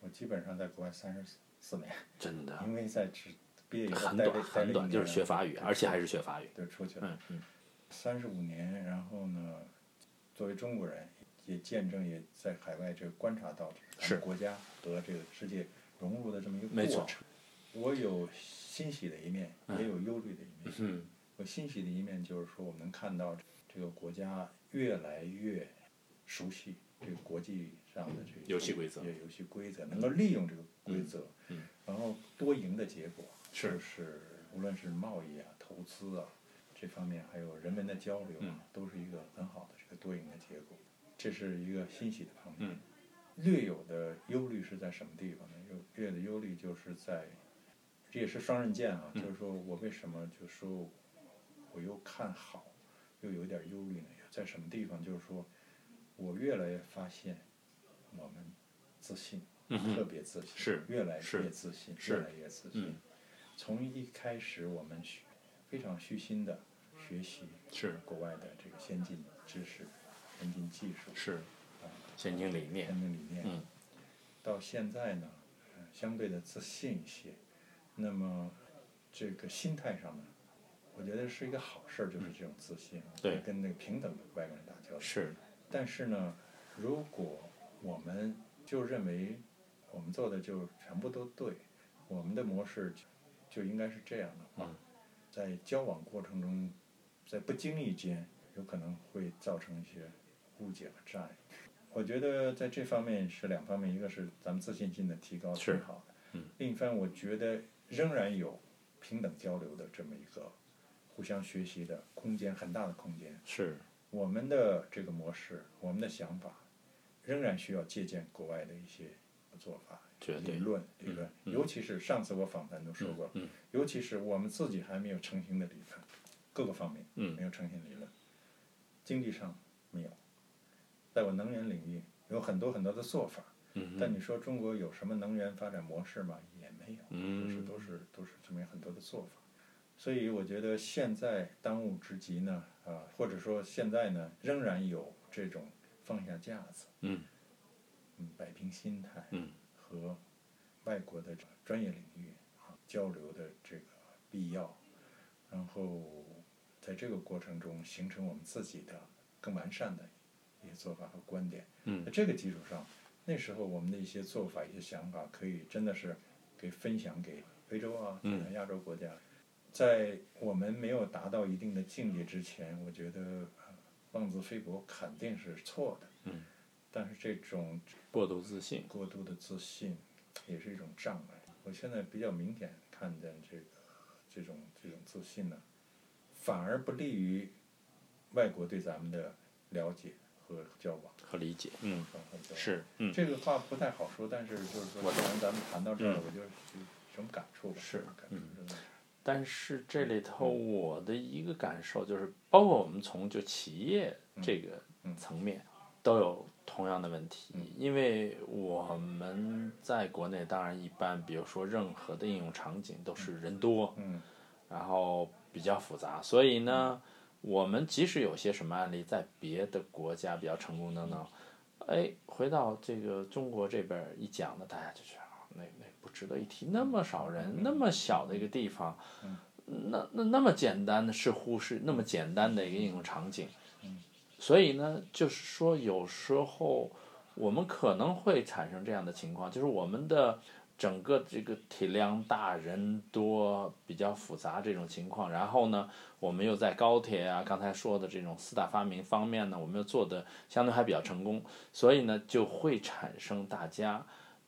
[SPEAKER 1] 我基本上在国外三十四年，
[SPEAKER 2] 真的
[SPEAKER 1] 因为在职毕业以后
[SPEAKER 2] 啊很
[SPEAKER 1] 待
[SPEAKER 2] 短
[SPEAKER 1] 了待了
[SPEAKER 2] 很
[SPEAKER 1] 一
[SPEAKER 2] 短，
[SPEAKER 1] 年
[SPEAKER 2] 就是学法语，而且还是学法语。
[SPEAKER 1] 就出去了。
[SPEAKER 2] 嗯嗯，
[SPEAKER 1] 三十五年，然后呢，作为中国人，也见证也在海外这个观察到咱
[SPEAKER 2] 是
[SPEAKER 1] 们国家和这个世界融入的这么一个
[SPEAKER 2] 没错
[SPEAKER 1] 过程。我有欣喜的一面，也有忧虑的一面。
[SPEAKER 2] 嗯
[SPEAKER 1] 我欣喜的一面就是说，我们能看到这个国家越来越熟悉这个国际上的这个
[SPEAKER 2] 游戏规则
[SPEAKER 1] 也游戏规则，能够利用这个规则，
[SPEAKER 2] 嗯嗯
[SPEAKER 1] 然后多赢的结果
[SPEAKER 2] 是
[SPEAKER 1] 就是无论是贸易啊、投资啊这方面，还有人文的交流啊，
[SPEAKER 2] 嗯
[SPEAKER 1] 都是一个很好的这个多赢的结果，这是一个欣喜的方面。
[SPEAKER 2] 嗯
[SPEAKER 1] 略有的忧虑是在什么地方呢？有略有的忧虑就是在，这也是双刃剑
[SPEAKER 2] 嗯
[SPEAKER 1] 啊，就是说我为什么就说我又看好，又有点忧虑呢？在什么地方？就是说我越来越发现我们自信，特别自信，
[SPEAKER 2] 嗯是
[SPEAKER 1] 越来
[SPEAKER 2] 是
[SPEAKER 1] 越自信，
[SPEAKER 2] 是嗯
[SPEAKER 1] 越来越自信。从一开始我们学非常虚心的学习
[SPEAKER 2] 是
[SPEAKER 1] 国外的这个先进知识、先进技术、
[SPEAKER 2] 是，
[SPEAKER 1] 啊
[SPEAKER 2] 先进理念
[SPEAKER 1] 先进理念，
[SPEAKER 2] 嗯
[SPEAKER 1] 到现在呢，呃相对的自信一些。那么这个心态上呢，我觉得是一个好事儿，就是这种自信啊，
[SPEAKER 2] 对
[SPEAKER 1] 跟那个平等的外国人打交道。
[SPEAKER 2] 是
[SPEAKER 1] 但是呢，如果我们就认为我们做的就全部都对，我们的模式就就应该是这样的话，
[SPEAKER 2] 嗯
[SPEAKER 1] 在交往过程中，在不经意间有可能会造成一些误解和障碍。我觉得在这方面是两方面，一个是咱们自信心的提高
[SPEAKER 2] 是
[SPEAKER 1] 挺好的，
[SPEAKER 2] 嗯
[SPEAKER 1] 另一方面我觉得仍然有平等交流的这么一个互相学习的空间，很大的空间。
[SPEAKER 2] 是
[SPEAKER 1] 我们的这个模式，我们的想法，仍然需要借鉴国外的一些做法、
[SPEAKER 2] 绝对
[SPEAKER 1] 理论、理论，
[SPEAKER 2] 嗯
[SPEAKER 1] 尤其是上次我访谈中说过，
[SPEAKER 2] 嗯嗯
[SPEAKER 1] 尤其是我们自己还没有成型的理论，各个方面
[SPEAKER 2] 嗯
[SPEAKER 1] 没有成型理论，经济上没有，在我能源领域有很多很多的做法，
[SPEAKER 2] 嗯
[SPEAKER 1] 但你说中国有什么能源发展模式吗？也没有，
[SPEAKER 2] 嗯
[SPEAKER 1] 就是都是都是这么很多的做法。所以我觉得现在当务之急呢，啊、或者说现在呢，仍然有这种放下架子，
[SPEAKER 2] 嗯
[SPEAKER 1] 嗯，摆平心态，
[SPEAKER 2] 嗯，
[SPEAKER 1] 和外国的专业领域啊交流的这个必要，然后在这个过程中形成我们自己的更完善的一些做法和观点。
[SPEAKER 2] 嗯
[SPEAKER 1] 在这个基础上，那时候我们的一些做法、一些想法，可以真的是给分享给非洲啊、
[SPEAKER 2] 嗯
[SPEAKER 1] 可能亚洲国家。在我们没有达到一定的境界之前，我觉得呃妄自菲薄肯定是错的。
[SPEAKER 2] 嗯，
[SPEAKER 1] 但是这种
[SPEAKER 2] 过度自信，
[SPEAKER 1] 过度的自信也是一种障碍。我现在比较明显看见这个这种这种自信呢，反而不利于外国对咱们的了解和交往。
[SPEAKER 2] 和理解，嗯，
[SPEAKER 1] 和交往
[SPEAKER 2] 是，嗯，
[SPEAKER 1] 这个话不太好说，但是就是说，
[SPEAKER 2] 我懂
[SPEAKER 1] 既然咱们谈到这儿，
[SPEAKER 2] 嗯
[SPEAKER 1] 我就是一种感触吧。
[SPEAKER 2] 是
[SPEAKER 1] 感
[SPEAKER 2] 嗯
[SPEAKER 1] 触真的
[SPEAKER 2] 但是这里头
[SPEAKER 1] 嗯
[SPEAKER 2] 我的一个感受就是，包括我们从就企业
[SPEAKER 1] 嗯
[SPEAKER 2] 这个层面都有同样的问题，
[SPEAKER 1] 嗯
[SPEAKER 2] 因为我们在国内当然一般，比如说任何的应用场景都是人多，
[SPEAKER 1] 嗯，
[SPEAKER 2] 然后比较复杂，所以呢，我们即使有些什么案例在别的国家比较成功的呢，哎，回到这个中国这边儿一讲呢，大家就觉得啊那那不值得一提，那么少人，那么小的一个地方，那那那么简单的是忽视，那么简单的一个应用场景，所以呢，就是说有时候我们可能会产生这样的情况，就是我们的整个这个体量大、人多、比较复杂这种情况，然后呢，我们又在高铁啊，刚才说的这种四大发明方面呢，我们又做的相对还比较成功，所以呢，就会产生大家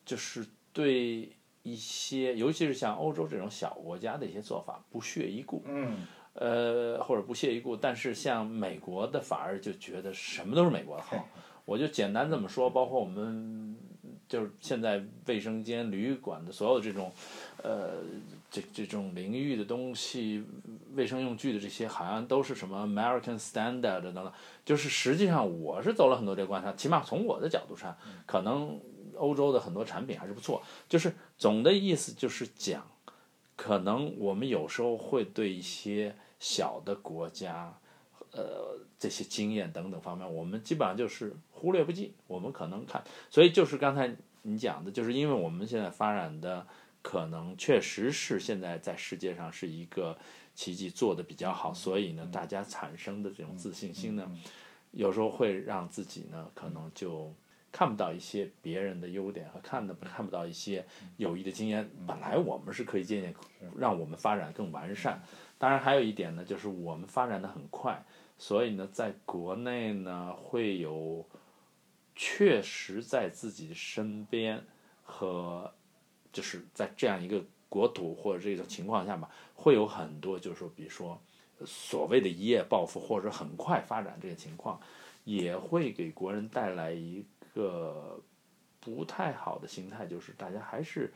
[SPEAKER 2] 就是对一些，尤其是像欧洲这种小国家的一些做法不屑一顾，
[SPEAKER 1] 嗯，
[SPEAKER 2] 呃，或者不屑一顾。但是像美国的，反而就觉得什么都是美国的好。我就简单这么说，包括我们就是现在卫生间、旅馆的所有这种，呃，这这种淋浴的东西、卫生用具的这些，好像都是什么 American Standard 等等。就是实际上我是走了很多这个观察，起码从我的角度上，可能欧洲的很多产品还是不错。就是总的意思就是讲，可能我们有时候会对一些小的国家，呃，这些经验等等方面，我们基本上就是忽略不计。我们可能看，所以就是刚才你讲的，就是因为我们现在发展的可能确实是现在在世界上是一个奇迹做的比较好，所以呢，大家产生的这种自信
[SPEAKER 1] 嗯
[SPEAKER 2] 心呢，有时候会让自己呢可能就。看不到一些别人的优点和看的看不到一些有益的经验，本来我们是可以借鉴，让我们发展更完善。当然还有一点呢，就是我们发展的很快，所以呢，在国内呢会有确实在自己身边和就是在这样一个国土或者这种情况下吧，会有很多就是说，比如说所谓的一夜暴富或者很快发展这个情况，也会给国人带来一个不太好的心态，就是大家还是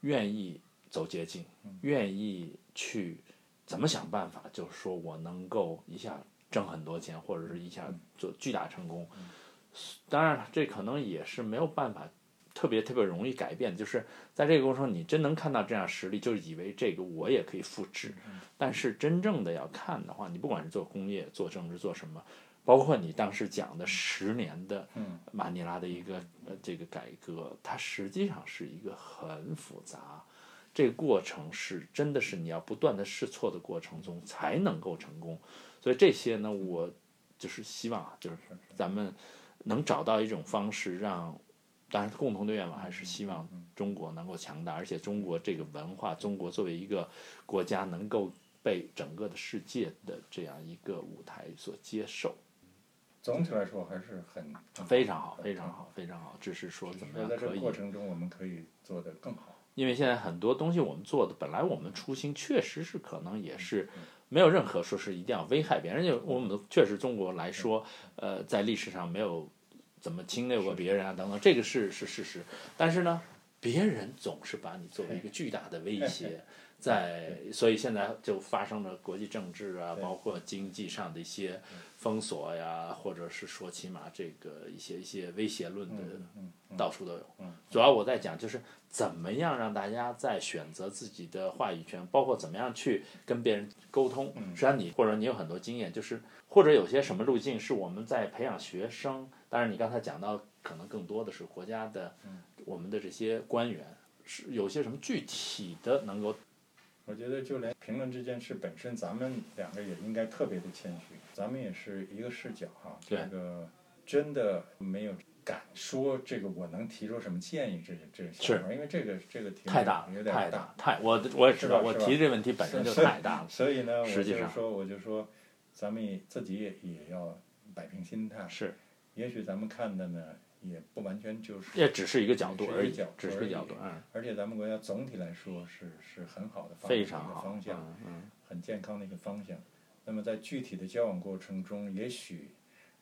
[SPEAKER 2] 愿意走捷径，愿意去怎么想办法，就是说我能够一下挣很多钱，或者是一下做巨大成功。当然了，这可能也是没有办法特别特别容易改变的，就是在这个过程中，你真能看到这样实力，就以为这个我也可以复制。但是真正的要看的话，你不管是做工业、做政治、做什么，包括你当时讲的十年的
[SPEAKER 1] 嗯
[SPEAKER 2] 马尼拉的一个呃这个改革，它实际上是一个很复杂，这个过程是真的是你要不断的试错的过程中才能够成功。所以这些呢，我就是希望啊，就是咱们能找到一种方式让。当然，共同的愿望还是希望中国能够强大，而且中国这个文化，中国作为一个国家，能够被整个的世界的这样一个舞台所接受，
[SPEAKER 1] 总体来说还是很
[SPEAKER 2] 非常好，非常好，非常好。只是说怎么
[SPEAKER 1] 那
[SPEAKER 2] 样
[SPEAKER 1] 在这
[SPEAKER 2] 可
[SPEAKER 1] 个
[SPEAKER 2] 以
[SPEAKER 1] 过程中，我们可以做得更好。
[SPEAKER 2] 因为现在很多东西我们做的，本来我们初心确实是可能也是
[SPEAKER 1] 嗯
[SPEAKER 2] 没有任何说是一定要危害别人，就我们确实中国来说，
[SPEAKER 1] 嗯
[SPEAKER 2] 呃，在历史上没有怎么侵略过别人啊等等，这个是是事实。但是呢，别人总是把你作为一个巨大的威胁，在所以现在就发生了国际政治啊，包括经济上的一些
[SPEAKER 1] 嗯
[SPEAKER 2] 封锁呀，或者是说起码这个一些一些威胁
[SPEAKER 1] 嗯
[SPEAKER 2] 论的到处都有。主要我在讲就是怎么样让大家在选择自己的话语权，包括怎么样去跟别人沟通。
[SPEAKER 1] 嗯
[SPEAKER 2] 实际上你或者你有很多经验，就是或者有些什么路径是我们在培养学生。当然你刚才讲到，可能更多的是国家的
[SPEAKER 1] 嗯
[SPEAKER 2] 我们的这些官员是有些什么具体的能够
[SPEAKER 1] 我觉得就连评论这件事本身，咱们两个也应该特别的谦虚，咱们也是一个视角哈、这
[SPEAKER 2] 对
[SPEAKER 1] 个真的没有敢说这个我能提出什么建议这这个想法，因为这个这个题目
[SPEAKER 2] 太大
[SPEAKER 1] 有
[SPEAKER 2] 了，
[SPEAKER 1] 点
[SPEAKER 2] 太
[SPEAKER 1] 大
[SPEAKER 2] 大太我我也知道，
[SPEAKER 1] 是吧
[SPEAKER 2] 我
[SPEAKER 1] 是吧
[SPEAKER 2] 提这问题本身就 太大了。
[SPEAKER 1] 所以呢，我
[SPEAKER 2] 实际
[SPEAKER 1] 就是
[SPEAKER 2] 上
[SPEAKER 1] 说，我就说，咱们也自己也也要摆平心态。
[SPEAKER 2] 是，
[SPEAKER 1] 也许咱们看的呢，也不完全就是，
[SPEAKER 2] 也只是一个角
[SPEAKER 1] 只
[SPEAKER 2] 度
[SPEAKER 1] 是一
[SPEAKER 2] 而
[SPEAKER 1] 个
[SPEAKER 2] 已
[SPEAKER 1] 角度，
[SPEAKER 2] 只是一
[SPEAKER 1] 而
[SPEAKER 2] 个
[SPEAKER 1] 已
[SPEAKER 2] 角度，嗯，
[SPEAKER 1] 而且咱们国家总体来说是是很好的发展
[SPEAKER 2] 非
[SPEAKER 1] 的一
[SPEAKER 2] 常
[SPEAKER 1] 个
[SPEAKER 2] 好，
[SPEAKER 1] 方向，
[SPEAKER 2] 嗯嗯，
[SPEAKER 1] 很健康的一个方向。那么在具体的交往过程中，也许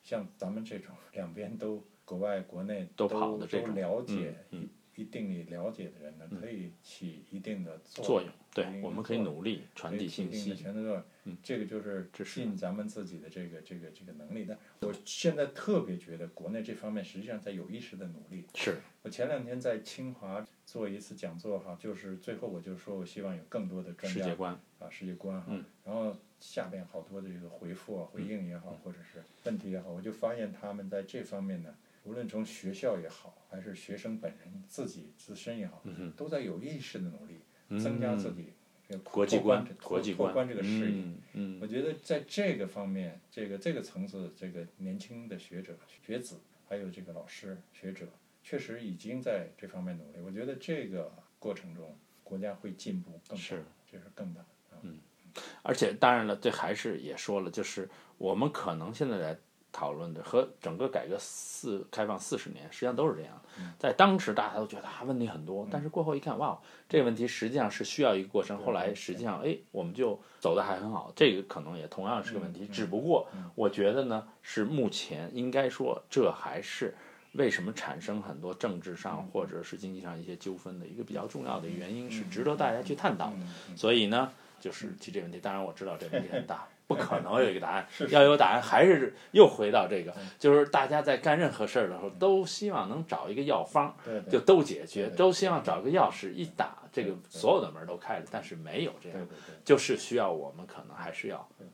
[SPEAKER 1] 像咱们这种两边都国外国内
[SPEAKER 2] 都
[SPEAKER 1] 都
[SPEAKER 2] 跑的这种
[SPEAKER 1] 都了解、
[SPEAKER 2] 嗯嗯
[SPEAKER 1] 一一定也了解的人呢，可以起一定的
[SPEAKER 2] 作用，对
[SPEAKER 1] 一定，的
[SPEAKER 2] 我们可以
[SPEAKER 1] 作用
[SPEAKER 2] 努力传递信
[SPEAKER 1] 定的
[SPEAKER 2] 息，嗯
[SPEAKER 1] 全都要，这个就是
[SPEAKER 2] 这是
[SPEAKER 1] 尽咱们自己的这个这个这个能力。但我现在特别觉得国内这方面实际上在有意识的努力。
[SPEAKER 2] 是
[SPEAKER 1] 我前两天在清华做一次讲座哈，就是最后我就说我希望有更多的专
[SPEAKER 2] 世
[SPEAKER 1] 家
[SPEAKER 2] 界观，
[SPEAKER 1] 啊世界观哈，
[SPEAKER 2] 嗯
[SPEAKER 1] 然后下边好多的这个回复啊回应也
[SPEAKER 2] 嗯
[SPEAKER 1] 好，或者是问题也好，我就发现他们在这方面呢，无论从学校也好，还是学生本人自己自身也
[SPEAKER 2] 嗯
[SPEAKER 1] 好，都在有意识的努力增加自己。这个
[SPEAKER 2] 国际
[SPEAKER 1] 拓宽
[SPEAKER 2] 观
[SPEAKER 1] 这，
[SPEAKER 2] 国际
[SPEAKER 1] 拓拓
[SPEAKER 2] 观
[SPEAKER 1] 宽这个视野，
[SPEAKER 2] 嗯嗯，
[SPEAKER 1] 我觉得在这个方面，这个这个层次，这个年轻的学者、学子，还有这个老师、学者，确实已经在这方面努力。我觉得这个过程中，国家会进步更大，
[SPEAKER 2] 是
[SPEAKER 1] 这是更大。
[SPEAKER 2] 而且当然了，这还是也说了，就是我们可能现在来讨论的和整个改革四开放四十年，实际上都是这样。
[SPEAKER 1] 嗯
[SPEAKER 2] 在当时大家都觉得啊问题很多，但是过后一看，哇，这个问题实际上是需要一个过程。后来实际上，哎，我们就走的还很好。这个可能也同
[SPEAKER 1] 嗯
[SPEAKER 2] 样是个问题，只不过我觉得呢，是目前应该说这还是为什么产生很多政治
[SPEAKER 1] 嗯
[SPEAKER 2] 上或者是经济上一些纠纷的一个比较重要的原因，是值得大家去探讨的。
[SPEAKER 1] 嗯嗯
[SPEAKER 2] 所以呢，就是提这个问题。当然我知道这问题很 大，不可能有一个答案
[SPEAKER 1] 是。嗯是
[SPEAKER 2] 要有答案，还是又回到这个，就是大家在干任何事儿的时候，都希望能找一个药方，
[SPEAKER 1] 对对
[SPEAKER 2] 就都解决，
[SPEAKER 1] 对对
[SPEAKER 2] 都希望找个钥匙一打，这个
[SPEAKER 1] 对
[SPEAKER 2] 所有的门儿都开了。但是没有这
[SPEAKER 1] 对对
[SPEAKER 2] 样，
[SPEAKER 1] 对，
[SPEAKER 2] 就是需要我们可能还是要
[SPEAKER 1] 对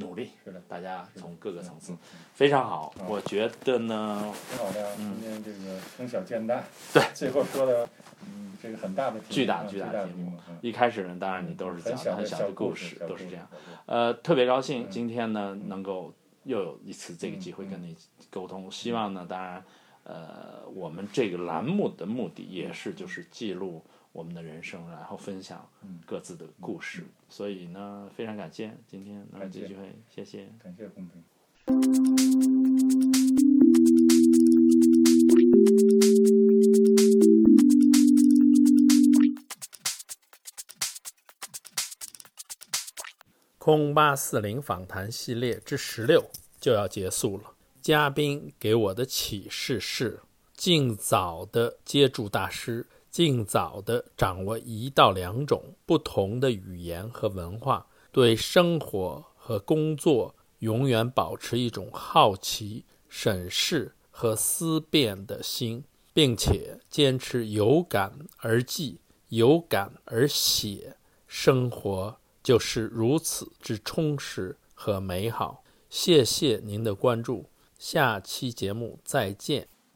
[SPEAKER 2] 努力。
[SPEAKER 1] 是的，
[SPEAKER 2] 大家从各个层次
[SPEAKER 1] 嗯
[SPEAKER 2] 非常好，
[SPEAKER 1] 嗯
[SPEAKER 2] 我觉得呢，
[SPEAKER 1] 挺好的啊。今天这个从小见大，
[SPEAKER 2] 对，
[SPEAKER 1] 最后说的，嗯，这个很大的题目
[SPEAKER 2] 巨大
[SPEAKER 1] 啊
[SPEAKER 2] 巨
[SPEAKER 1] 巨
[SPEAKER 2] 大
[SPEAKER 1] 的
[SPEAKER 2] 题目
[SPEAKER 1] 目，嗯
[SPEAKER 2] 一开始呢，当然你都是讲
[SPEAKER 1] 很小
[SPEAKER 2] 很
[SPEAKER 1] 的
[SPEAKER 2] 小
[SPEAKER 1] 小
[SPEAKER 2] 故
[SPEAKER 1] 事，
[SPEAKER 2] 都是这样。
[SPEAKER 1] 样。
[SPEAKER 2] 呃，特别高兴
[SPEAKER 1] 嗯
[SPEAKER 2] 今天呢能够又有一次这个机会跟你沟通，希望呢，当然，呃，我们这个栏目的目的也是就是记录我们的人生，然后分享
[SPEAKER 1] 嗯
[SPEAKER 2] 各自的故事，所以呢，非常感谢今天能有
[SPEAKER 1] 感
[SPEAKER 2] 这
[SPEAKER 1] 谢
[SPEAKER 2] 机会，谢谢。
[SPEAKER 1] 感谢公平。
[SPEAKER 3] 空八四零访谈系列之十六就要结束了。嘉宾给我的启示是：尽早的接触大师，尽早的掌握一到两种不同的语言和文化，对生活和工作永远保持一种好奇、审视和思辨的心，并且坚持有感而记，有感而写，生活就是如此之充实和美好。谢谢您的关注，下期节目再见。